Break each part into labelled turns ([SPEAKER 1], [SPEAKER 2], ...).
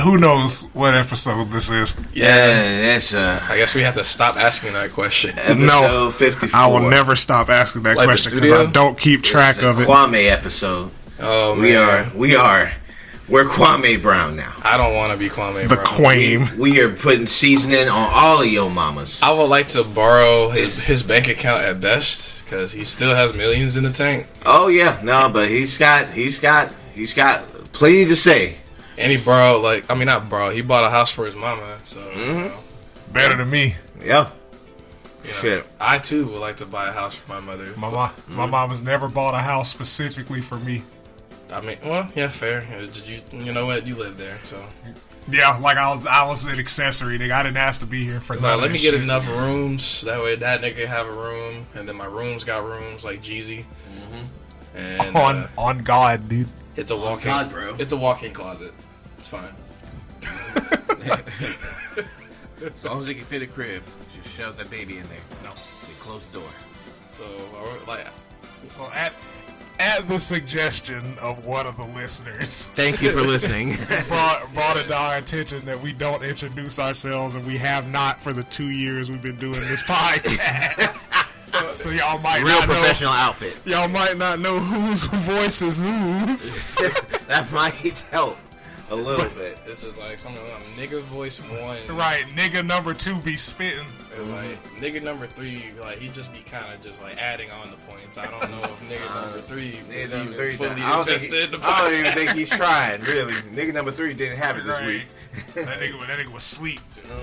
[SPEAKER 1] who knows what episode this is?
[SPEAKER 2] Yeah, it's uh,
[SPEAKER 3] I guess we have to stop asking that question.
[SPEAKER 2] episode
[SPEAKER 1] No,
[SPEAKER 2] 54.
[SPEAKER 1] I will never stop asking that
[SPEAKER 3] Like the
[SPEAKER 1] question because
[SPEAKER 3] studio?
[SPEAKER 1] I don't keep track
[SPEAKER 2] It's a
[SPEAKER 1] of it.
[SPEAKER 2] Kwame episode.
[SPEAKER 3] Oh man,
[SPEAKER 2] We are, we are, we're Kwame Brown now.
[SPEAKER 3] I don't want to be Kwame.
[SPEAKER 1] The
[SPEAKER 3] Brown.
[SPEAKER 1] Quame.
[SPEAKER 2] We are putting seasoning on all of your mamas.
[SPEAKER 3] I would like to borrow his, his bank account at best because he still has millions in the tank,
[SPEAKER 2] Oh yeah, no, but he's got, he's got, he's got plenty to say.
[SPEAKER 3] and he borrowed like I mean not borrowed. He bought a house for his mama, so you know,
[SPEAKER 1] Better than me.
[SPEAKER 2] Yeah.
[SPEAKER 3] you know,
[SPEAKER 2] Shit.
[SPEAKER 3] I too would like to buy a house for my mother.
[SPEAKER 1] My mom, my mom has never bought a house specifically for me.
[SPEAKER 3] I mean, well, yeah, fair. Uh, You you know what? You live there, so
[SPEAKER 1] Yeah, like I was, I was an accessory. Nigga, I didn't ask to be here for.
[SPEAKER 3] It's
[SPEAKER 1] none
[SPEAKER 3] like,
[SPEAKER 1] of
[SPEAKER 3] let me
[SPEAKER 1] that
[SPEAKER 3] get
[SPEAKER 1] shit.
[SPEAKER 3] enough rooms. That way, that nigga have a room, and then my rooms got rooms like Jeezy. And
[SPEAKER 1] on
[SPEAKER 3] uh,
[SPEAKER 1] on God, dude.
[SPEAKER 3] it's a walk-in.
[SPEAKER 2] Oh, God, bro.
[SPEAKER 3] It's a walk-in closet. It's fine.
[SPEAKER 2] As long as it can fit the crib, just shove that baby in there.
[SPEAKER 3] No.
[SPEAKER 2] They close the door.
[SPEAKER 3] So or, like,
[SPEAKER 1] So at at the suggestion of one of the listeners,
[SPEAKER 2] Thank you for listening.
[SPEAKER 1] brought brought it to our attention that we don't introduce ourselves, and we have not for the two years we've been doing this podcast. so y'all might
[SPEAKER 2] Real
[SPEAKER 1] not know,
[SPEAKER 2] professional outfit.
[SPEAKER 1] y'all might not know whose voice is whose.
[SPEAKER 2] that might help a little bit.
[SPEAKER 3] it's just like something like nigga voice one.
[SPEAKER 1] right, nigga number two be spitting.
[SPEAKER 3] It's like nigga number three. Like he just be kind of just like adding on the points. I don't know if nigga number three
[SPEAKER 2] Nigga
[SPEAKER 3] is even
[SPEAKER 2] number three.
[SPEAKER 3] fully
[SPEAKER 2] I don't, think
[SPEAKER 3] invested
[SPEAKER 2] he,
[SPEAKER 3] in the
[SPEAKER 2] I don't
[SPEAKER 3] podcast.
[SPEAKER 2] even think he's trying, really. Nigga number three didn't have it this
[SPEAKER 1] Right.
[SPEAKER 2] week.
[SPEAKER 1] That nigga, that nigga was sleep.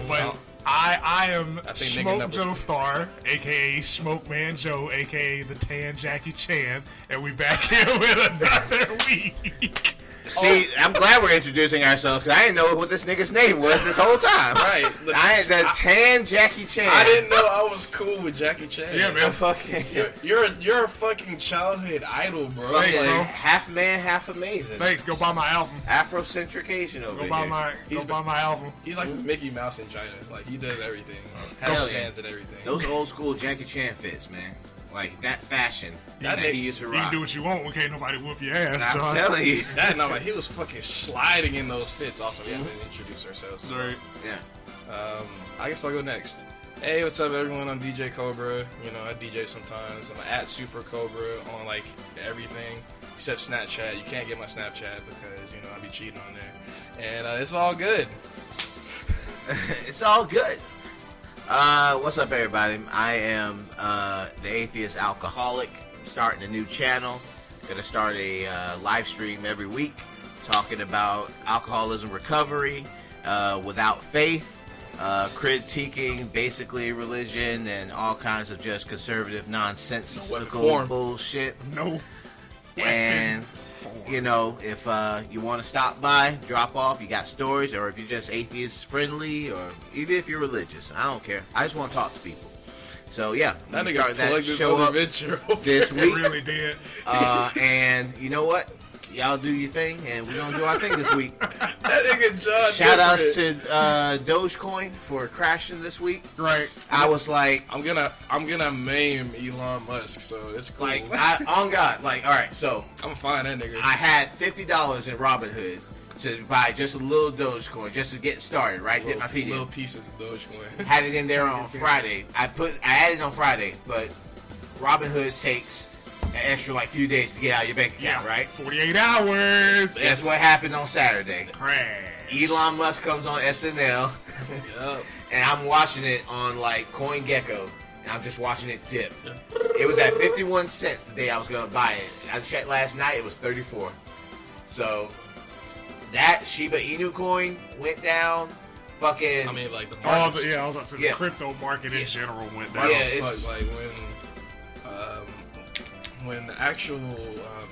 [SPEAKER 1] But
[SPEAKER 3] no.
[SPEAKER 1] I, I am
[SPEAKER 3] think nigga
[SPEAKER 1] Smoke
[SPEAKER 3] number-
[SPEAKER 1] Joe Star, aka Smoke Man Joe, aka the Tan Jackie Chan, and we back here with another week.
[SPEAKER 2] See, I'm glad we're introducing ourselves because I didn't know what this nigga's name was this whole time.
[SPEAKER 3] Right.
[SPEAKER 2] I ain't the tan Jackie Chan.
[SPEAKER 3] I didn't know I was cool with Jackie Chan.
[SPEAKER 1] Yeah,
[SPEAKER 2] The
[SPEAKER 1] man.
[SPEAKER 2] fucking
[SPEAKER 3] You're you're a, you're a fucking childhood idol, bro.
[SPEAKER 1] Thanks,
[SPEAKER 3] like,
[SPEAKER 1] bro.
[SPEAKER 2] half man, half amazing.
[SPEAKER 1] Thanks. Go buy my album.
[SPEAKER 2] Afrocentric Asian over
[SPEAKER 1] Go buy
[SPEAKER 2] here.
[SPEAKER 1] my. Go
[SPEAKER 3] He's-
[SPEAKER 1] buy my album.
[SPEAKER 3] He's like Mickey Mouse in China. Like he does everything.
[SPEAKER 2] Hell
[SPEAKER 3] Has his
[SPEAKER 2] yeah.
[SPEAKER 3] hands and everything.
[SPEAKER 2] Those old school Jackie Chan fits, man. Like that fashion
[SPEAKER 3] That
[SPEAKER 2] that,
[SPEAKER 3] nigga-
[SPEAKER 2] he used to
[SPEAKER 1] You can
[SPEAKER 2] rock.
[SPEAKER 1] do what you want. We can't nobody whoop your ass,
[SPEAKER 2] I'm
[SPEAKER 1] John.
[SPEAKER 2] telling you.
[SPEAKER 3] that and I'm like, he was fucking sliding in those fits. Also, we haven't introduced ourselves.
[SPEAKER 1] Right.
[SPEAKER 2] Yeah.
[SPEAKER 3] Um, I guess I'll go next. Hey, what's up, everyone? I'm DJ Cobra. You know, I DJ sometimes. I'm at Super Cobra on like everything except Snapchat. You can't get my Snapchat because you know I be cheating on there, and uh, it's all good.
[SPEAKER 2] It's all good. Uh, what's up, everybody? I am uh, the atheist alcoholic. I'm starting a new channel. Gonna start a uh, live stream every week talking about alcoholism recovery uh, without faith, uh, critiquing basically religion and all kinds of just conservative nonsensical
[SPEAKER 3] form.
[SPEAKER 2] bullshit.
[SPEAKER 1] No.
[SPEAKER 2] And
[SPEAKER 1] Form.
[SPEAKER 2] you know, if uh, you want to stop by, drop off, you got stories, or if you're just atheist friendly, or even if you're religious, I don't care. I just want to talk to people. So yeah,
[SPEAKER 3] That
[SPEAKER 2] we
[SPEAKER 3] nigga
[SPEAKER 2] started
[SPEAKER 3] plugged his
[SPEAKER 2] show
[SPEAKER 3] other
[SPEAKER 2] up
[SPEAKER 3] venture. over.
[SPEAKER 2] this
[SPEAKER 1] It
[SPEAKER 2] week,
[SPEAKER 1] really did.
[SPEAKER 2] uh, and you know what? Y'all do your thing, and we're gonna do our thing this week.
[SPEAKER 3] that nigga John.
[SPEAKER 2] Shout outs
[SPEAKER 3] Different.
[SPEAKER 2] to uh, Dogecoin for crashing this week.
[SPEAKER 1] Right.
[SPEAKER 2] I was like,
[SPEAKER 3] I'm gonna I'm gonna maim Elon Musk, so it's cool.
[SPEAKER 2] like, I, on God, like, all right, so
[SPEAKER 3] I'm fine that nigga.
[SPEAKER 2] I had fifty dollars in Robinhood to buy just a little Dogecoin just to get started. Right, dip my feet
[SPEAKER 3] little
[SPEAKER 2] in.
[SPEAKER 3] piece of Dogecoin.
[SPEAKER 2] Had it in there on Friday. I put I had it on Friday, but Robinhood takes an extra like few days to get out of your bank account, right?
[SPEAKER 1] Forty-eight hours.
[SPEAKER 2] That's what happened on Saturday.
[SPEAKER 1] Crash.
[SPEAKER 2] Elon Musk comes on SNL,
[SPEAKER 3] Yup.
[SPEAKER 2] and I'm watching it on like CoinGecko, and I'm just watching it dip. It was at 51 cents the day I was gonna buy it. I checked last night; it was 34. So that Shiba Inu coin went down. Fucking.
[SPEAKER 3] I mean, like the
[SPEAKER 1] All
[SPEAKER 3] market's
[SPEAKER 1] the yeah. I was about to say
[SPEAKER 2] Yeah.
[SPEAKER 1] the crypto market in
[SPEAKER 2] Yeah.
[SPEAKER 1] general went down.
[SPEAKER 3] market's
[SPEAKER 2] Yeah, it's-
[SPEAKER 3] fucked. Like when, um, when the actual um,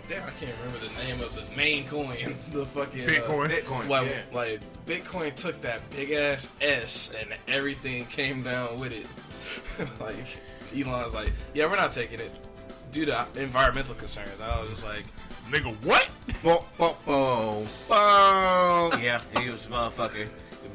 [SPEAKER 3] damn, I can't remember the name of the main coin. The fucking uh,
[SPEAKER 1] Bitcoin.
[SPEAKER 2] Bitcoin.
[SPEAKER 3] like,
[SPEAKER 2] yeah.
[SPEAKER 3] like Bitcoin took that big ass S and everything came down with it. like Elon's like, yeah, we're not taking it due to environmental concerns. I was just like,
[SPEAKER 1] Nigga, what?
[SPEAKER 2] Boom, boom, boom, boom. Yeah, he Oh, was a motherfucker.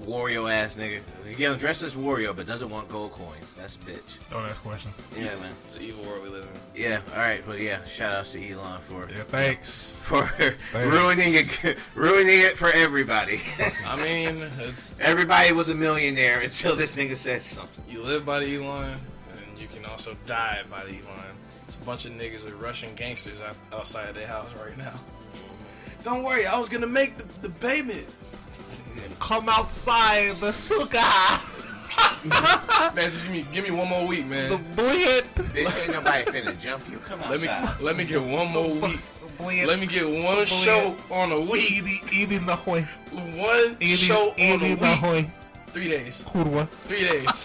[SPEAKER 2] Wario ass nigga. Again, dressed as Wario, but doesn't want gold coins. That's a bitch.
[SPEAKER 1] Don't ask questions.
[SPEAKER 2] Yeah, man.
[SPEAKER 3] It's an evil world we live in.
[SPEAKER 2] Yeah, all right, but yeah, shout outs to Elon for
[SPEAKER 1] Yeah, thanks.
[SPEAKER 2] for ruining it, ruining it for everybody.
[SPEAKER 3] I mean, it's
[SPEAKER 2] everybody was a millionaire until this nigga said something.
[SPEAKER 3] you live by the Elon, and you can also die by the Elon. It's a bunch of niggas with Russian gangsters out, outside their house right now. Don't worry, I was gonna make the, the payment.
[SPEAKER 1] Come outside, the suka,
[SPEAKER 3] Man, just give me give me one more week, man.
[SPEAKER 1] bullet,
[SPEAKER 2] Bitch, ain't nobody finna jump you. Come
[SPEAKER 3] let
[SPEAKER 2] outside.
[SPEAKER 3] me let me get one more week.
[SPEAKER 1] bullet.
[SPEAKER 3] Let me get one show on a week.
[SPEAKER 1] Eating, eating the hoy,
[SPEAKER 3] One show
[SPEAKER 1] eating,
[SPEAKER 3] on a
[SPEAKER 1] eating the
[SPEAKER 3] week.
[SPEAKER 1] hoy,
[SPEAKER 3] Three days.
[SPEAKER 1] kurwa.
[SPEAKER 3] Three days.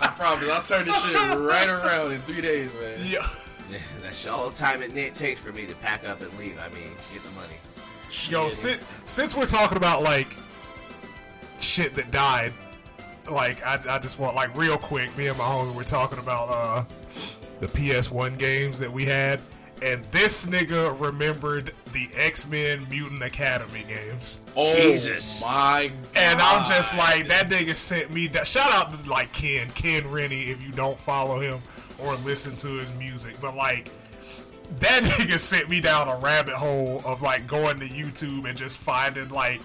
[SPEAKER 3] I promise. I'll turn this shit right around in three days, man.
[SPEAKER 1] Yeah.
[SPEAKER 2] That's all the time it ne- takes for me to pack up and leave. I mean, get the money.
[SPEAKER 1] Yo, since, since we're talking about like shit that died, like I, I just want like real quick, me and my homie were talking about uh the PS1 games that we had, and this nigga remembered the X-Men Mutant Academy games.
[SPEAKER 3] Oh
[SPEAKER 2] Jesus.
[SPEAKER 3] my god.
[SPEAKER 1] And I'm just like, that nigga sent me that. Shout out to like Ken, Ken Rennie, if you don't follow him or listen to his music. But like, that nigga sent me down a rabbit hole of like going to YouTube and just finding like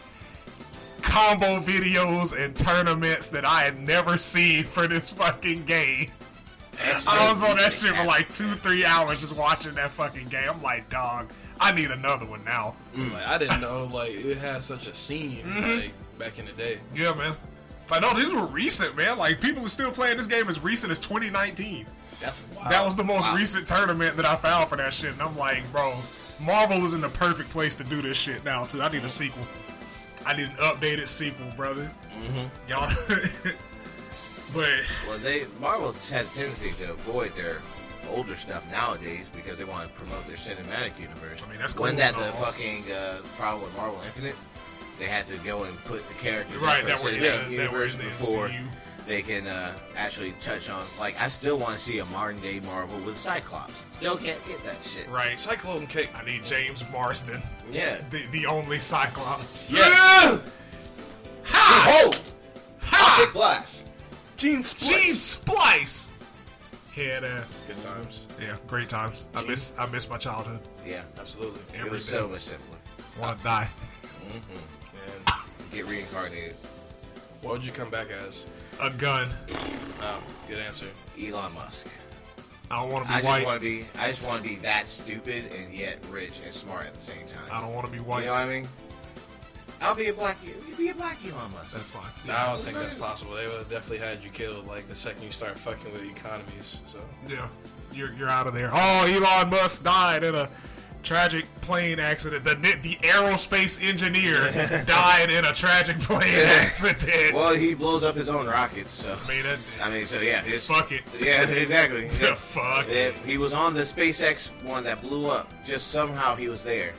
[SPEAKER 1] combo videos and tournaments that I had never seen for this fucking game. I was on that shit for like two, three hours just watching that fucking game. I'm like, dog, I need another one now.
[SPEAKER 3] Like, I didn't know like it had such a scene
[SPEAKER 1] Mm-hmm.
[SPEAKER 3] like back in the day.
[SPEAKER 1] Yeah, man. It's like, no, these were recent, man. Like, people are still playing this game as recent as 2019.
[SPEAKER 3] That's wild.
[SPEAKER 1] That was the most recent tournament that I found for that shit. And I'm like, bro, Marvel is in the perfect place to do this shit now, too. I need a sequel. I need an updated sequel, brother. Y'all. but,
[SPEAKER 2] Well, they Marvel has tendency to avoid their older stuff nowadays because they want to promote their cinematic universe.
[SPEAKER 1] I mean, that's
[SPEAKER 2] When
[SPEAKER 1] cool
[SPEAKER 2] that
[SPEAKER 1] and
[SPEAKER 2] the
[SPEAKER 1] all.
[SPEAKER 2] fucking uh, problem with Marvel Infinite, they had to go and put the characters in
[SPEAKER 1] Right,
[SPEAKER 2] for
[SPEAKER 1] that
[SPEAKER 2] the
[SPEAKER 1] were-
[SPEAKER 2] cinematic
[SPEAKER 1] yeah, that were in
[SPEAKER 2] universe
[SPEAKER 1] the
[SPEAKER 2] before
[SPEAKER 1] MCU.
[SPEAKER 2] they can uh, actually touch on. Like, I still want to see a modern day Marvel with Cyclops. Still can't get that shit.
[SPEAKER 1] right.
[SPEAKER 3] Cyclone Cake.
[SPEAKER 1] I need James Marston,
[SPEAKER 2] Yeah.
[SPEAKER 1] the, the only Cyclops.
[SPEAKER 3] Yes.
[SPEAKER 2] Behold,
[SPEAKER 1] Ha!
[SPEAKER 2] Dick Blast.
[SPEAKER 3] Gene
[SPEAKER 1] Gene
[SPEAKER 3] Splice.
[SPEAKER 1] Splice! Head ass.
[SPEAKER 3] Good times.
[SPEAKER 1] Yeah, great times. I miss I miss my childhood.
[SPEAKER 2] Yeah,
[SPEAKER 3] Absolutely.
[SPEAKER 2] it was so much simpler.
[SPEAKER 1] Wanna die.
[SPEAKER 3] And
[SPEAKER 2] Get reincarnated.
[SPEAKER 3] what would you come back as?
[SPEAKER 1] A gun.
[SPEAKER 3] Oh, good answer.
[SPEAKER 2] Elon Musk.
[SPEAKER 1] I don't want to be
[SPEAKER 2] I just
[SPEAKER 1] white.
[SPEAKER 2] want to be. I just want to be that stupid and yet rich and smart at the same time.
[SPEAKER 1] I don't want to be
[SPEAKER 2] you
[SPEAKER 1] white.
[SPEAKER 2] know what I mean? I'll be a black. You be a black Elon Musk.
[SPEAKER 1] That's fine.
[SPEAKER 3] No, I don't think that's possible. They would have definitely had you killed like the second you start fucking with economies. So
[SPEAKER 1] Yeah, you're you're out of there. Oh, Elon Musk died in a tragic plane accident. The ni- the aerospace engineer died in a tragic plane accident.
[SPEAKER 2] well, he blows up his own rockets. So
[SPEAKER 1] I mean, that,
[SPEAKER 2] I mean, so yeah, his,
[SPEAKER 1] fuck it.
[SPEAKER 2] Yeah, exactly.
[SPEAKER 1] Yeah, fuck
[SPEAKER 2] Yeah, he was on the SpaceX one that blew up. Just somehow he was there,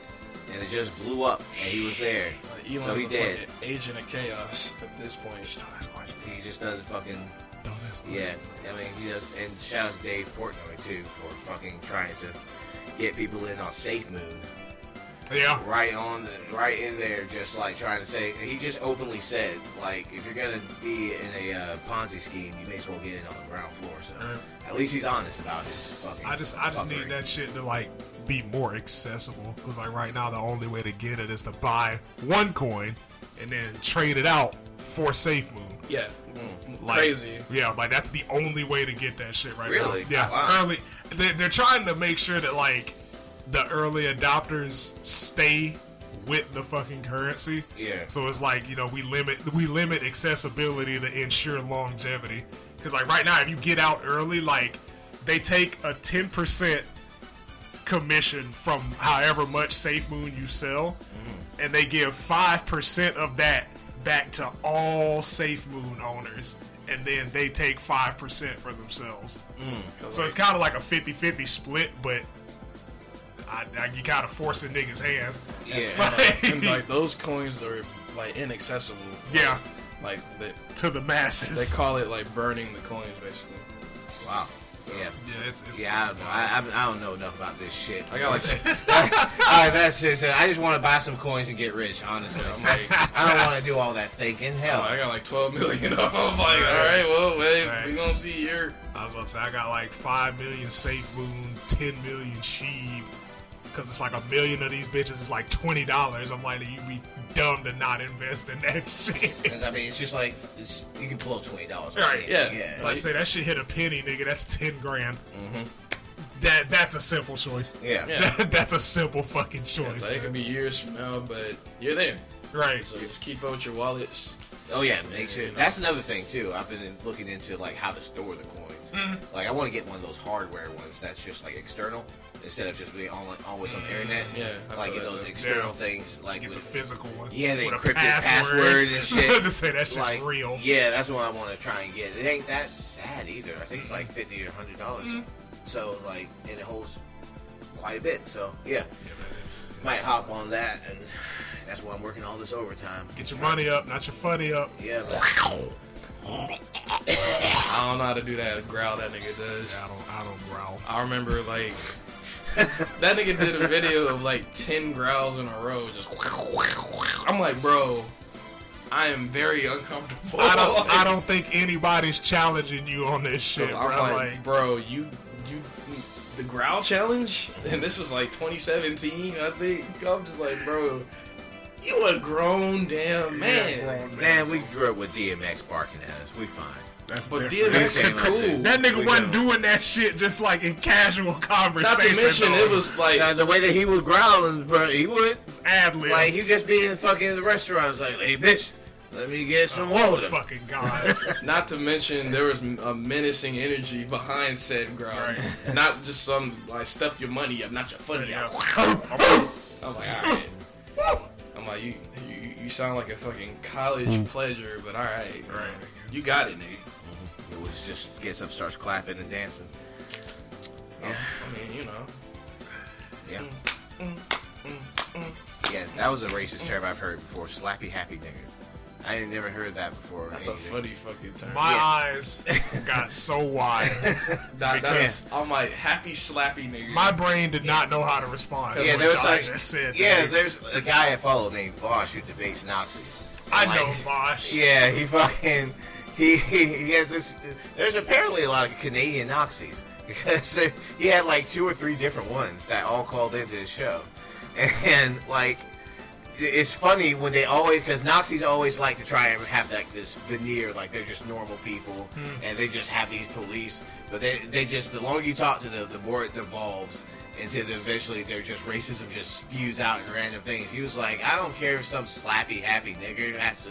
[SPEAKER 2] and it just blew up, and he was there.
[SPEAKER 3] uh,
[SPEAKER 2] so
[SPEAKER 3] Elon's
[SPEAKER 2] he
[SPEAKER 3] a
[SPEAKER 2] dead.
[SPEAKER 3] fucking agent of chaos at this point.
[SPEAKER 1] Don't ask questions.
[SPEAKER 2] He just doesn't fucking
[SPEAKER 1] Don't ask
[SPEAKER 2] Yeah,
[SPEAKER 1] questions.
[SPEAKER 2] I mean, he does, and shout out to Dave Portnoy too for fucking trying to get people in on Safe Moon,
[SPEAKER 1] Yeah.
[SPEAKER 2] right on the right in there, just like trying to say he just openly said like if you're gonna be in a uh, Ponzi scheme, you may as well get in on the ground floor. So
[SPEAKER 1] Right.
[SPEAKER 2] at least he's honest about his fucking.
[SPEAKER 1] Uh, I just I just
[SPEAKER 2] fuckery.
[SPEAKER 1] need that shit to like be more accessible because like right now the only way to get it is to buy one coin and then trade it out for safe moon.
[SPEAKER 3] Yeah,
[SPEAKER 2] Mm.
[SPEAKER 1] Like,
[SPEAKER 3] crazy.
[SPEAKER 1] Yeah, like that's the only way to get that shit right
[SPEAKER 2] Really?
[SPEAKER 1] now. Yeah,
[SPEAKER 2] Wow.
[SPEAKER 1] early. They're, they're trying to make sure that like the early adopters stay with the fucking currency.
[SPEAKER 2] Yeah.
[SPEAKER 1] So it's like you know we limit we limit accessibility to ensure longevity. Because like right now, if you get out early, like they take a ten percent commission from however much Safe Moon you sell, and they give five percent of that back to all Safe Moon owners, and then they take five percent for themselves. So it's kind of like a 50-50 split, but I, I, you kind of forcing niggas' hands.
[SPEAKER 2] Yeah,
[SPEAKER 1] Like,
[SPEAKER 3] and like those coins are like inaccessible.
[SPEAKER 1] yeah,
[SPEAKER 3] Like they
[SPEAKER 1] to the
[SPEAKER 3] they
[SPEAKER 1] masses.
[SPEAKER 3] call it like burning the coins basically.
[SPEAKER 2] wow.
[SPEAKER 3] So.
[SPEAKER 2] Yeah.
[SPEAKER 1] Yeah, it's, it's
[SPEAKER 2] Yeah, I don't know. I, I, I don't know enough about this shit.
[SPEAKER 3] I got like
[SPEAKER 2] All right, that's just it. I just want to buy some coins and get rich, honestly.
[SPEAKER 3] I'm like-
[SPEAKER 2] I don't want to do all that thinking. Hell,
[SPEAKER 3] I got like 12 million of them. I'm like, all right, well, wait, we gonna see your
[SPEAKER 1] I was about to say I got like five million safe moon, ten million sheeb, because it's like a million of these bitches is like twenty dollars. I'm like, you be dumb to not invest in that shit.
[SPEAKER 2] I mean, it's just like it's, you can blow twenty dollars.
[SPEAKER 1] Right,
[SPEAKER 3] yeah.
[SPEAKER 2] yeah,
[SPEAKER 1] Like say that shit hit a penny, nigga. That's ten grand. That that's a simple choice.
[SPEAKER 2] Mm-hmm. yeah.
[SPEAKER 3] Yeah.
[SPEAKER 1] that's a simple fucking
[SPEAKER 3] It's
[SPEAKER 1] choice.
[SPEAKER 3] like, it could be years from now, but you're there.
[SPEAKER 1] right.
[SPEAKER 3] So just keep up with your wallets.
[SPEAKER 2] Oh yeah, make sure. That's another thing too. I've been looking into like how to store the coins. Like I want to get one of those hardware ones that's just like external instead of just being on, always on the internet.
[SPEAKER 3] Yeah, I
[SPEAKER 2] like
[SPEAKER 3] feel
[SPEAKER 2] get
[SPEAKER 3] that
[SPEAKER 2] those
[SPEAKER 3] too.
[SPEAKER 2] external
[SPEAKER 1] Yeah.
[SPEAKER 2] things like
[SPEAKER 1] Get the
[SPEAKER 2] with-
[SPEAKER 1] physical one.
[SPEAKER 2] Yeah, they
[SPEAKER 1] with a
[SPEAKER 2] encrypt your password and shit.
[SPEAKER 1] to say that's just
[SPEAKER 2] like,
[SPEAKER 1] real.
[SPEAKER 2] Yeah, that's what I want to try and get. It ain't that bad either. I think it's like fifty or hundred dollars. So like, and it holds quite a bit. So yeah,
[SPEAKER 1] Yeah, man, it's,
[SPEAKER 2] might
[SPEAKER 1] it's-
[SPEAKER 2] hop on that, and that's why I'm working all this overtime.
[SPEAKER 1] get your money up, not your funny up.
[SPEAKER 2] Yeah, but-
[SPEAKER 3] I don't know how to do that growl that nigga does.
[SPEAKER 1] Yeah, I don't, I don't growl.
[SPEAKER 3] I remember like that nigga did a video of like ten growls in a row. Just I'm like, bro, I am very uncomfortable.
[SPEAKER 1] I don't, I don't think anybody's challenging you on this shit,
[SPEAKER 3] I'm
[SPEAKER 1] bro.
[SPEAKER 3] like,
[SPEAKER 1] Like,
[SPEAKER 3] bro, you you the growl challenge, and this was like 2017, I think. I'm just like, bro, you a grown damn man.
[SPEAKER 1] grown man.
[SPEAKER 2] man, we grew up with DMX barking at us. We fine.
[SPEAKER 1] That's
[SPEAKER 3] But
[SPEAKER 1] different.
[SPEAKER 3] DMX
[SPEAKER 1] That's
[SPEAKER 2] is
[SPEAKER 1] different.
[SPEAKER 3] cool.
[SPEAKER 1] That nigga
[SPEAKER 2] We
[SPEAKER 1] wasn't
[SPEAKER 2] know.
[SPEAKER 1] doing that shit just like in casual conversation.
[SPEAKER 3] Not to mention,
[SPEAKER 1] though.
[SPEAKER 3] it was like
[SPEAKER 2] Now, the way that he was growling, bro, he would
[SPEAKER 1] It's ad libs.
[SPEAKER 2] like he just be in fucking the restaurant. It's like, hey, bitch, let me get some water.
[SPEAKER 1] Oh, fucking god.
[SPEAKER 3] Not to mention there was a menacing energy behind said growl.
[SPEAKER 1] Right.
[SPEAKER 3] Not just some like step your money up, not your funny
[SPEAKER 1] Yeah.
[SPEAKER 3] up. I'm like, all right. I'm like, you, you you sound like a fucking college pleasure, but all right, bro.
[SPEAKER 1] Right.
[SPEAKER 3] You got it, nigga.
[SPEAKER 2] It was just gets up, starts clapping and dancing.
[SPEAKER 3] I mean, you know,
[SPEAKER 2] Yeah. Mm, Yeah, that was a racist term I've heard before. Slappy happy nigger. I ain't never heard that before.
[SPEAKER 3] that's a funny fucking term.
[SPEAKER 1] My
[SPEAKER 2] Yeah.
[SPEAKER 1] eyes got so wide.
[SPEAKER 3] That- that
[SPEAKER 1] because-
[SPEAKER 3] is- I'm like happy slappy nigga.
[SPEAKER 1] My brain did not know how to respond.
[SPEAKER 2] Yeah,
[SPEAKER 1] which
[SPEAKER 2] there was
[SPEAKER 1] I
[SPEAKER 2] like,
[SPEAKER 1] just said.
[SPEAKER 2] yeah,
[SPEAKER 1] that.
[SPEAKER 2] there's a guy I follow named Vosh who debates Nazis.
[SPEAKER 1] I
[SPEAKER 2] Like,
[SPEAKER 1] know, Bosh.
[SPEAKER 2] Yeah, he fucking he he had this. There's apparently a lot of Canadian Nazis because he had like two or three different ones that all called into the show, and like it's funny when they always because Nazis always like to try and have like this veneer like they're just normal people and they just have these police, but they they just the longer you talk to them, the more it devolves. Into the, eventually, they're just racism just spews out in random things. He was like, I don't care if some slappy happy nigger has to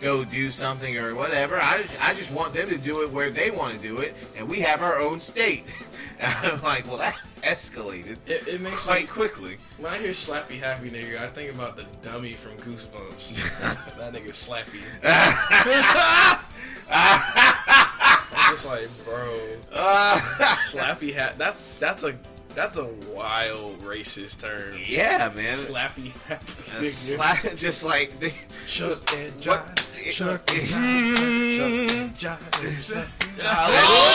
[SPEAKER 2] go do something or whatever. I just, I just want them to do it where they want to do it, and we have our own state. I'm like, well, that escalated
[SPEAKER 3] it, it makes me
[SPEAKER 2] quite quickly.
[SPEAKER 3] when I hear slappy happy nigga, I think about the dummy from Goosebumps. that nigga slappy. I'm just like, bro, slappy hat. That's that's a that's a wild racist term.
[SPEAKER 2] Yeah, man.
[SPEAKER 3] Slappy happy
[SPEAKER 2] Uh,
[SPEAKER 3] nigga.
[SPEAKER 2] sla- just like the,
[SPEAKER 3] Shut and
[SPEAKER 2] what?
[SPEAKER 3] jive. Shut and jive. Shut and jive.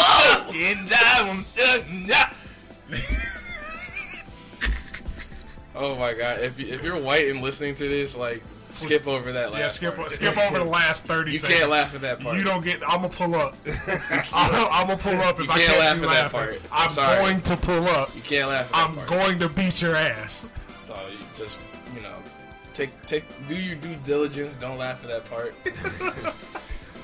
[SPEAKER 3] Oh my god! If you, if you're white and listening to this, like skip over that. Last
[SPEAKER 1] Yeah, skip
[SPEAKER 3] part.
[SPEAKER 1] skip over the last thirty
[SPEAKER 3] You
[SPEAKER 1] seconds.
[SPEAKER 3] can't laugh at that part.
[SPEAKER 1] You don't get. I'm gonna pull up. I'm gonna pull up if
[SPEAKER 3] You
[SPEAKER 1] I
[SPEAKER 3] can't
[SPEAKER 1] catch
[SPEAKER 3] laugh
[SPEAKER 1] you
[SPEAKER 3] at that
[SPEAKER 1] laughing.
[SPEAKER 3] part.
[SPEAKER 1] I'm,
[SPEAKER 3] I'm sorry.
[SPEAKER 1] going to pull up.
[SPEAKER 3] You can't laugh at that
[SPEAKER 1] I'm
[SPEAKER 3] part.
[SPEAKER 1] going to beat your ass.
[SPEAKER 3] So you just you know, take take do your due diligence. Don't laugh at that part.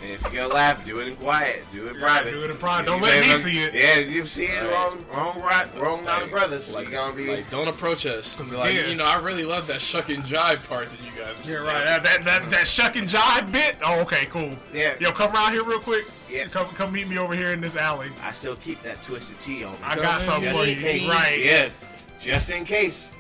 [SPEAKER 2] And if you gonna laugh, do it in quiet. Do it
[SPEAKER 1] Yeah,
[SPEAKER 2] private.
[SPEAKER 1] do it in private.
[SPEAKER 2] You
[SPEAKER 1] Don't let me
[SPEAKER 2] better-
[SPEAKER 1] see it.
[SPEAKER 2] Yeah, you see it
[SPEAKER 3] Right.
[SPEAKER 2] wrong, wrong, right, wrong, not brothers. Like, you gonna be
[SPEAKER 3] like, don't approach us.
[SPEAKER 1] 'Cause
[SPEAKER 3] Be Like
[SPEAKER 1] again-
[SPEAKER 3] you know, I really love that shuck and jive part that you guys.
[SPEAKER 1] You're right. That that, that, that shuck and jive bit. Oh, okay, cool.
[SPEAKER 2] Yeah.
[SPEAKER 1] Yo, come around here real quick.
[SPEAKER 2] Yeah.
[SPEAKER 1] Come come meet me over here in this alley.
[SPEAKER 2] I still keep that twisted T on me.
[SPEAKER 1] I got something
[SPEAKER 2] just
[SPEAKER 1] for
[SPEAKER 2] in
[SPEAKER 1] you.
[SPEAKER 2] case.
[SPEAKER 1] Right.
[SPEAKER 2] Yeah, just in case.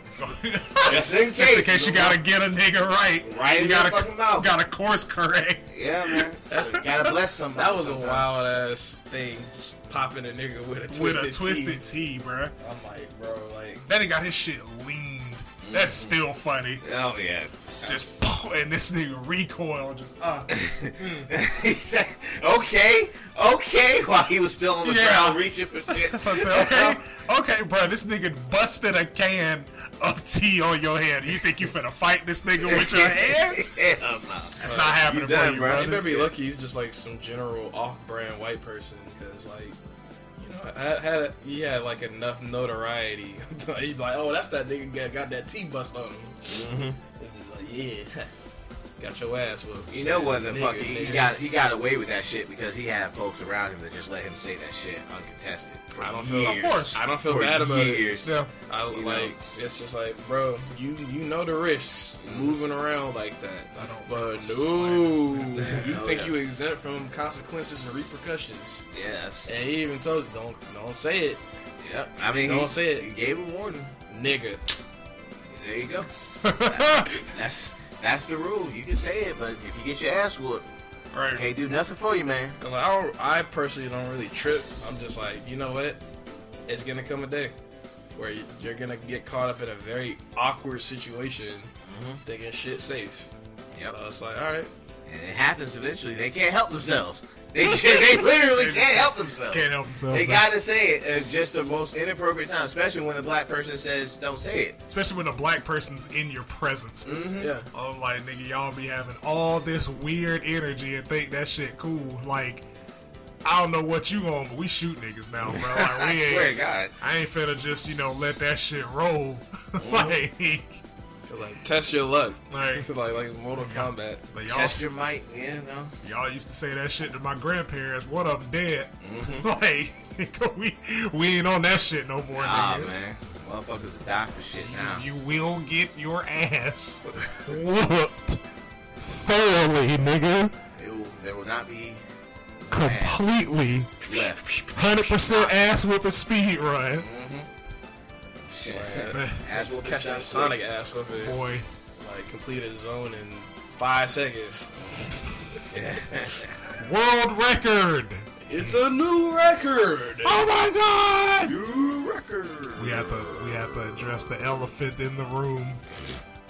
[SPEAKER 2] Just in case.
[SPEAKER 1] Just in case you gotta get a nigga right.
[SPEAKER 2] Right in
[SPEAKER 1] You
[SPEAKER 2] your
[SPEAKER 1] gotta
[SPEAKER 2] fucking mouth.
[SPEAKER 1] gotta course correct.
[SPEAKER 2] Yeah, man. So gotta bless somebody.
[SPEAKER 3] That was a
[SPEAKER 2] sometimes.
[SPEAKER 3] wild ass thing, just popping a nigga with a twisted,
[SPEAKER 1] With a
[SPEAKER 3] T.
[SPEAKER 1] twisted T, bruh.
[SPEAKER 3] I'm like, bro, like
[SPEAKER 1] Then he got his shit leaned. That's
[SPEAKER 2] Mm.
[SPEAKER 1] still funny.
[SPEAKER 2] Oh yeah.
[SPEAKER 1] Just and this nigga recoil just uh
[SPEAKER 2] he said, "Okay, okay." While he was still on the
[SPEAKER 1] Yeah.
[SPEAKER 2] ground reaching for shit.
[SPEAKER 1] So I said, okay, okay, bro, this nigga busted a can of tea on your hand. You think you finna fight this nigga with your hands?
[SPEAKER 2] Hell no.
[SPEAKER 1] That's not happening
[SPEAKER 2] done,
[SPEAKER 1] for you,
[SPEAKER 2] bro.
[SPEAKER 1] bro.
[SPEAKER 3] He better be lucky. He's just like some general off-brand white person because, like, you know, I had he had like enough notoriety. He's like, oh, that's that nigga that got that T bust on him.
[SPEAKER 1] Mm-hmm.
[SPEAKER 3] It's just like, yeah, got your ass whooped.
[SPEAKER 2] You know what the
[SPEAKER 3] Nigga,
[SPEAKER 2] fuck he,
[SPEAKER 3] nigga.
[SPEAKER 2] got he got away with that shit because he had folks around him that just let him say that shit uncontested. For
[SPEAKER 3] I don't feel-
[SPEAKER 2] years.
[SPEAKER 3] Of
[SPEAKER 1] course.
[SPEAKER 3] I don't feel
[SPEAKER 2] For
[SPEAKER 3] bad about it.
[SPEAKER 2] years.
[SPEAKER 1] Yeah.
[SPEAKER 3] I
[SPEAKER 2] You
[SPEAKER 3] like it's just like, bro, you you know the risks
[SPEAKER 2] Mm-hmm.
[SPEAKER 3] moving around like that.
[SPEAKER 1] I don't
[SPEAKER 3] but
[SPEAKER 1] feel
[SPEAKER 3] no,
[SPEAKER 1] the
[SPEAKER 3] you
[SPEAKER 2] Oh,
[SPEAKER 3] think
[SPEAKER 2] yeah.
[SPEAKER 3] you exempt from consequences and repercussions.
[SPEAKER 2] Yes.
[SPEAKER 3] And he even told you, don't don't say it,
[SPEAKER 2] Yep. I mean,
[SPEAKER 3] Don't
[SPEAKER 2] he,
[SPEAKER 3] say it.
[SPEAKER 2] He gave him warning.
[SPEAKER 3] nigga.
[SPEAKER 2] There you go. That's that's the rule. You can say it, but if you get your ass whooped,
[SPEAKER 1] Right.
[SPEAKER 2] can't do nothing for you, man.
[SPEAKER 3] Cause I don't, I personally don't really trip. I'm just like, you know what? It's gonna come a day where you- you're gonna get caught up in a very awkward situation, thinking shit safe.
[SPEAKER 2] Yep.
[SPEAKER 3] So it's like, all right,
[SPEAKER 2] And it happens eventually. They can't help themselves. They they literally can't help themselves.
[SPEAKER 1] Can't help himself.
[SPEAKER 2] They
[SPEAKER 1] bro.
[SPEAKER 2] gotta say it at just the most inappropriate time, especially when a black person says, "Don't say it."
[SPEAKER 1] Especially when a black person's in your presence.
[SPEAKER 2] Mm-hmm.
[SPEAKER 3] yeah.
[SPEAKER 1] I'm like, nigga, y'all be having all this weird energy and think that shit cool. Like, I don't know what you on, but we shoot niggas now, bro. Like,
[SPEAKER 2] I
[SPEAKER 1] we
[SPEAKER 2] swear to
[SPEAKER 1] ain't,
[SPEAKER 2] God.
[SPEAKER 1] I ain't finna just, you know, let that shit roll.
[SPEAKER 2] Mm-hmm.
[SPEAKER 1] like,
[SPEAKER 3] Cause like, test your luck.
[SPEAKER 1] Like-
[SPEAKER 3] Like, like, like Mortal Kombat.
[SPEAKER 1] but y'all,
[SPEAKER 2] Test your mic, yeah, no.
[SPEAKER 1] y'all used to say that shit to my grandparents. One of them dead.
[SPEAKER 2] Mm-hmm.
[SPEAKER 1] Like, nigga, we we ain't on that shit no more,
[SPEAKER 2] Ah,
[SPEAKER 1] nigga.
[SPEAKER 2] man, motherfuckers die for shit now.
[SPEAKER 1] You will get your ass whooped thoroughly, nigga.
[SPEAKER 2] It will, there will not be ass
[SPEAKER 1] Completely.
[SPEAKER 2] left.
[SPEAKER 1] Hundred percent ass whipping speed run,
[SPEAKER 2] Shit.
[SPEAKER 3] Like,
[SPEAKER 2] Ass will
[SPEAKER 3] catch that Sonic ass with it.
[SPEAKER 1] boy.
[SPEAKER 3] Like complete a zone in five seconds.
[SPEAKER 1] World record.
[SPEAKER 3] It's a new record.
[SPEAKER 1] Oh my god.
[SPEAKER 2] New record.
[SPEAKER 1] We have to we have to address the elephant in the room.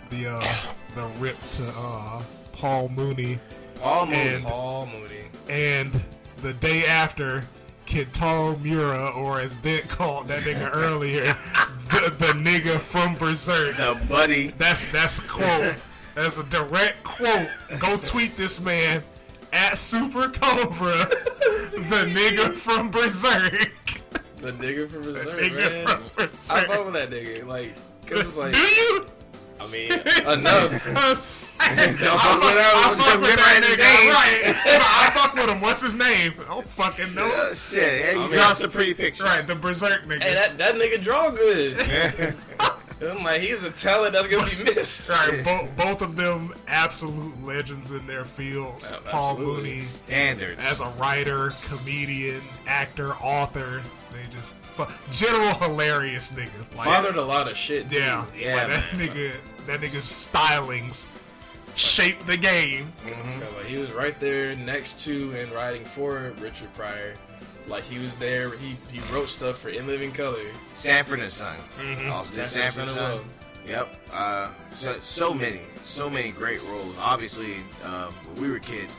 [SPEAKER 1] The uh the rip to uh Paul Mooney
[SPEAKER 2] All
[SPEAKER 1] and
[SPEAKER 3] Paul Moody.
[SPEAKER 1] and the day after Kentaro Mura or as Dick called that nigga earlier, the, the nigga from Berserk.
[SPEAKER 2] the buddy.
[SPEAKER 1] That's that's a quote. That's a direct quote. Go tweet this man at Super Cobra, the nigga from Berserk.
[SPEAKER 3] The nigga from Missouri,
[SPEAKER 1] Nigga
[SPEAKER 3] man.
[SPEAKER 1] from
[SPEAKER 3] I fuck
[SPEAKER 1] Berserk.
[SPEAKER 3] with that nigga. Like, cause it's like,
[SPEAKER 1] Do you?
[SPEAKER 3] I mean, enough.
[SPEAKER 1] I
[SPEAKER 2] fuck
[SPEAKER 1] fuck,
[SPEAKER 2] with that
[SPEAKER 1] I
[SPEAKER 2] one.
[SPEAKER 1] fuck with that
[SPEAKER 2] Remember
[SPEAKER 1] nigga.
[SPEAKER 2] his name.
[SPEAKER 1] Right. I fuck with him. What's his name? I don't fucking know.
[SPEAKER 2] Oh, shit. Yeah, you
[SPEAKER 3] mean-
[SPEAKER 2] draw some pretty pictures.
[SPEAKER 1] Right, the Berserk nigga.
[SPEAKER 3] Hey, that, that nigga draw good. I'm like, he's a talent that's gonna be missed.
[SPEAKER 1] Right, bo- both of them absolute legends in their fields.
[SPEAKER 3] Oh,
[SPEAKER 1] Paul
[SPEAKER 3] absolutely.
[SPEAKER 1] Mooney
[SPEAKER 2] Standards.
[SPEAKER 1] as a writer, comedian, actor, author. They just fu- general hilarious nigga. Like,
[SPEAKER 3] Fathered a lot of shit. dude.
[SPEAKER 1] yeah,
[SPEAKER 2] Yeah,
[SPEAKER 1] like, that
[SPEAKER 2] man.
[SPEAKER 1] nigga, that nigga's stylings shape the game.
[SPEAKER 3] 'Cause, Like, he was right there next to and riding for Richard Pryor. Like he was there. He he wrote stuff for In Living Color.
[SPEAKER 2] Sanford and Son. Also did
[SPEAKER 3] Sanford and
[SPEAKER 2] Sanford Mm-hmm. and
[SPEAKER 3] Son.
[SPEAKER 2] Son. Yep. Uh, so, so many, so many great roles. Obviously, uh, when we were kids,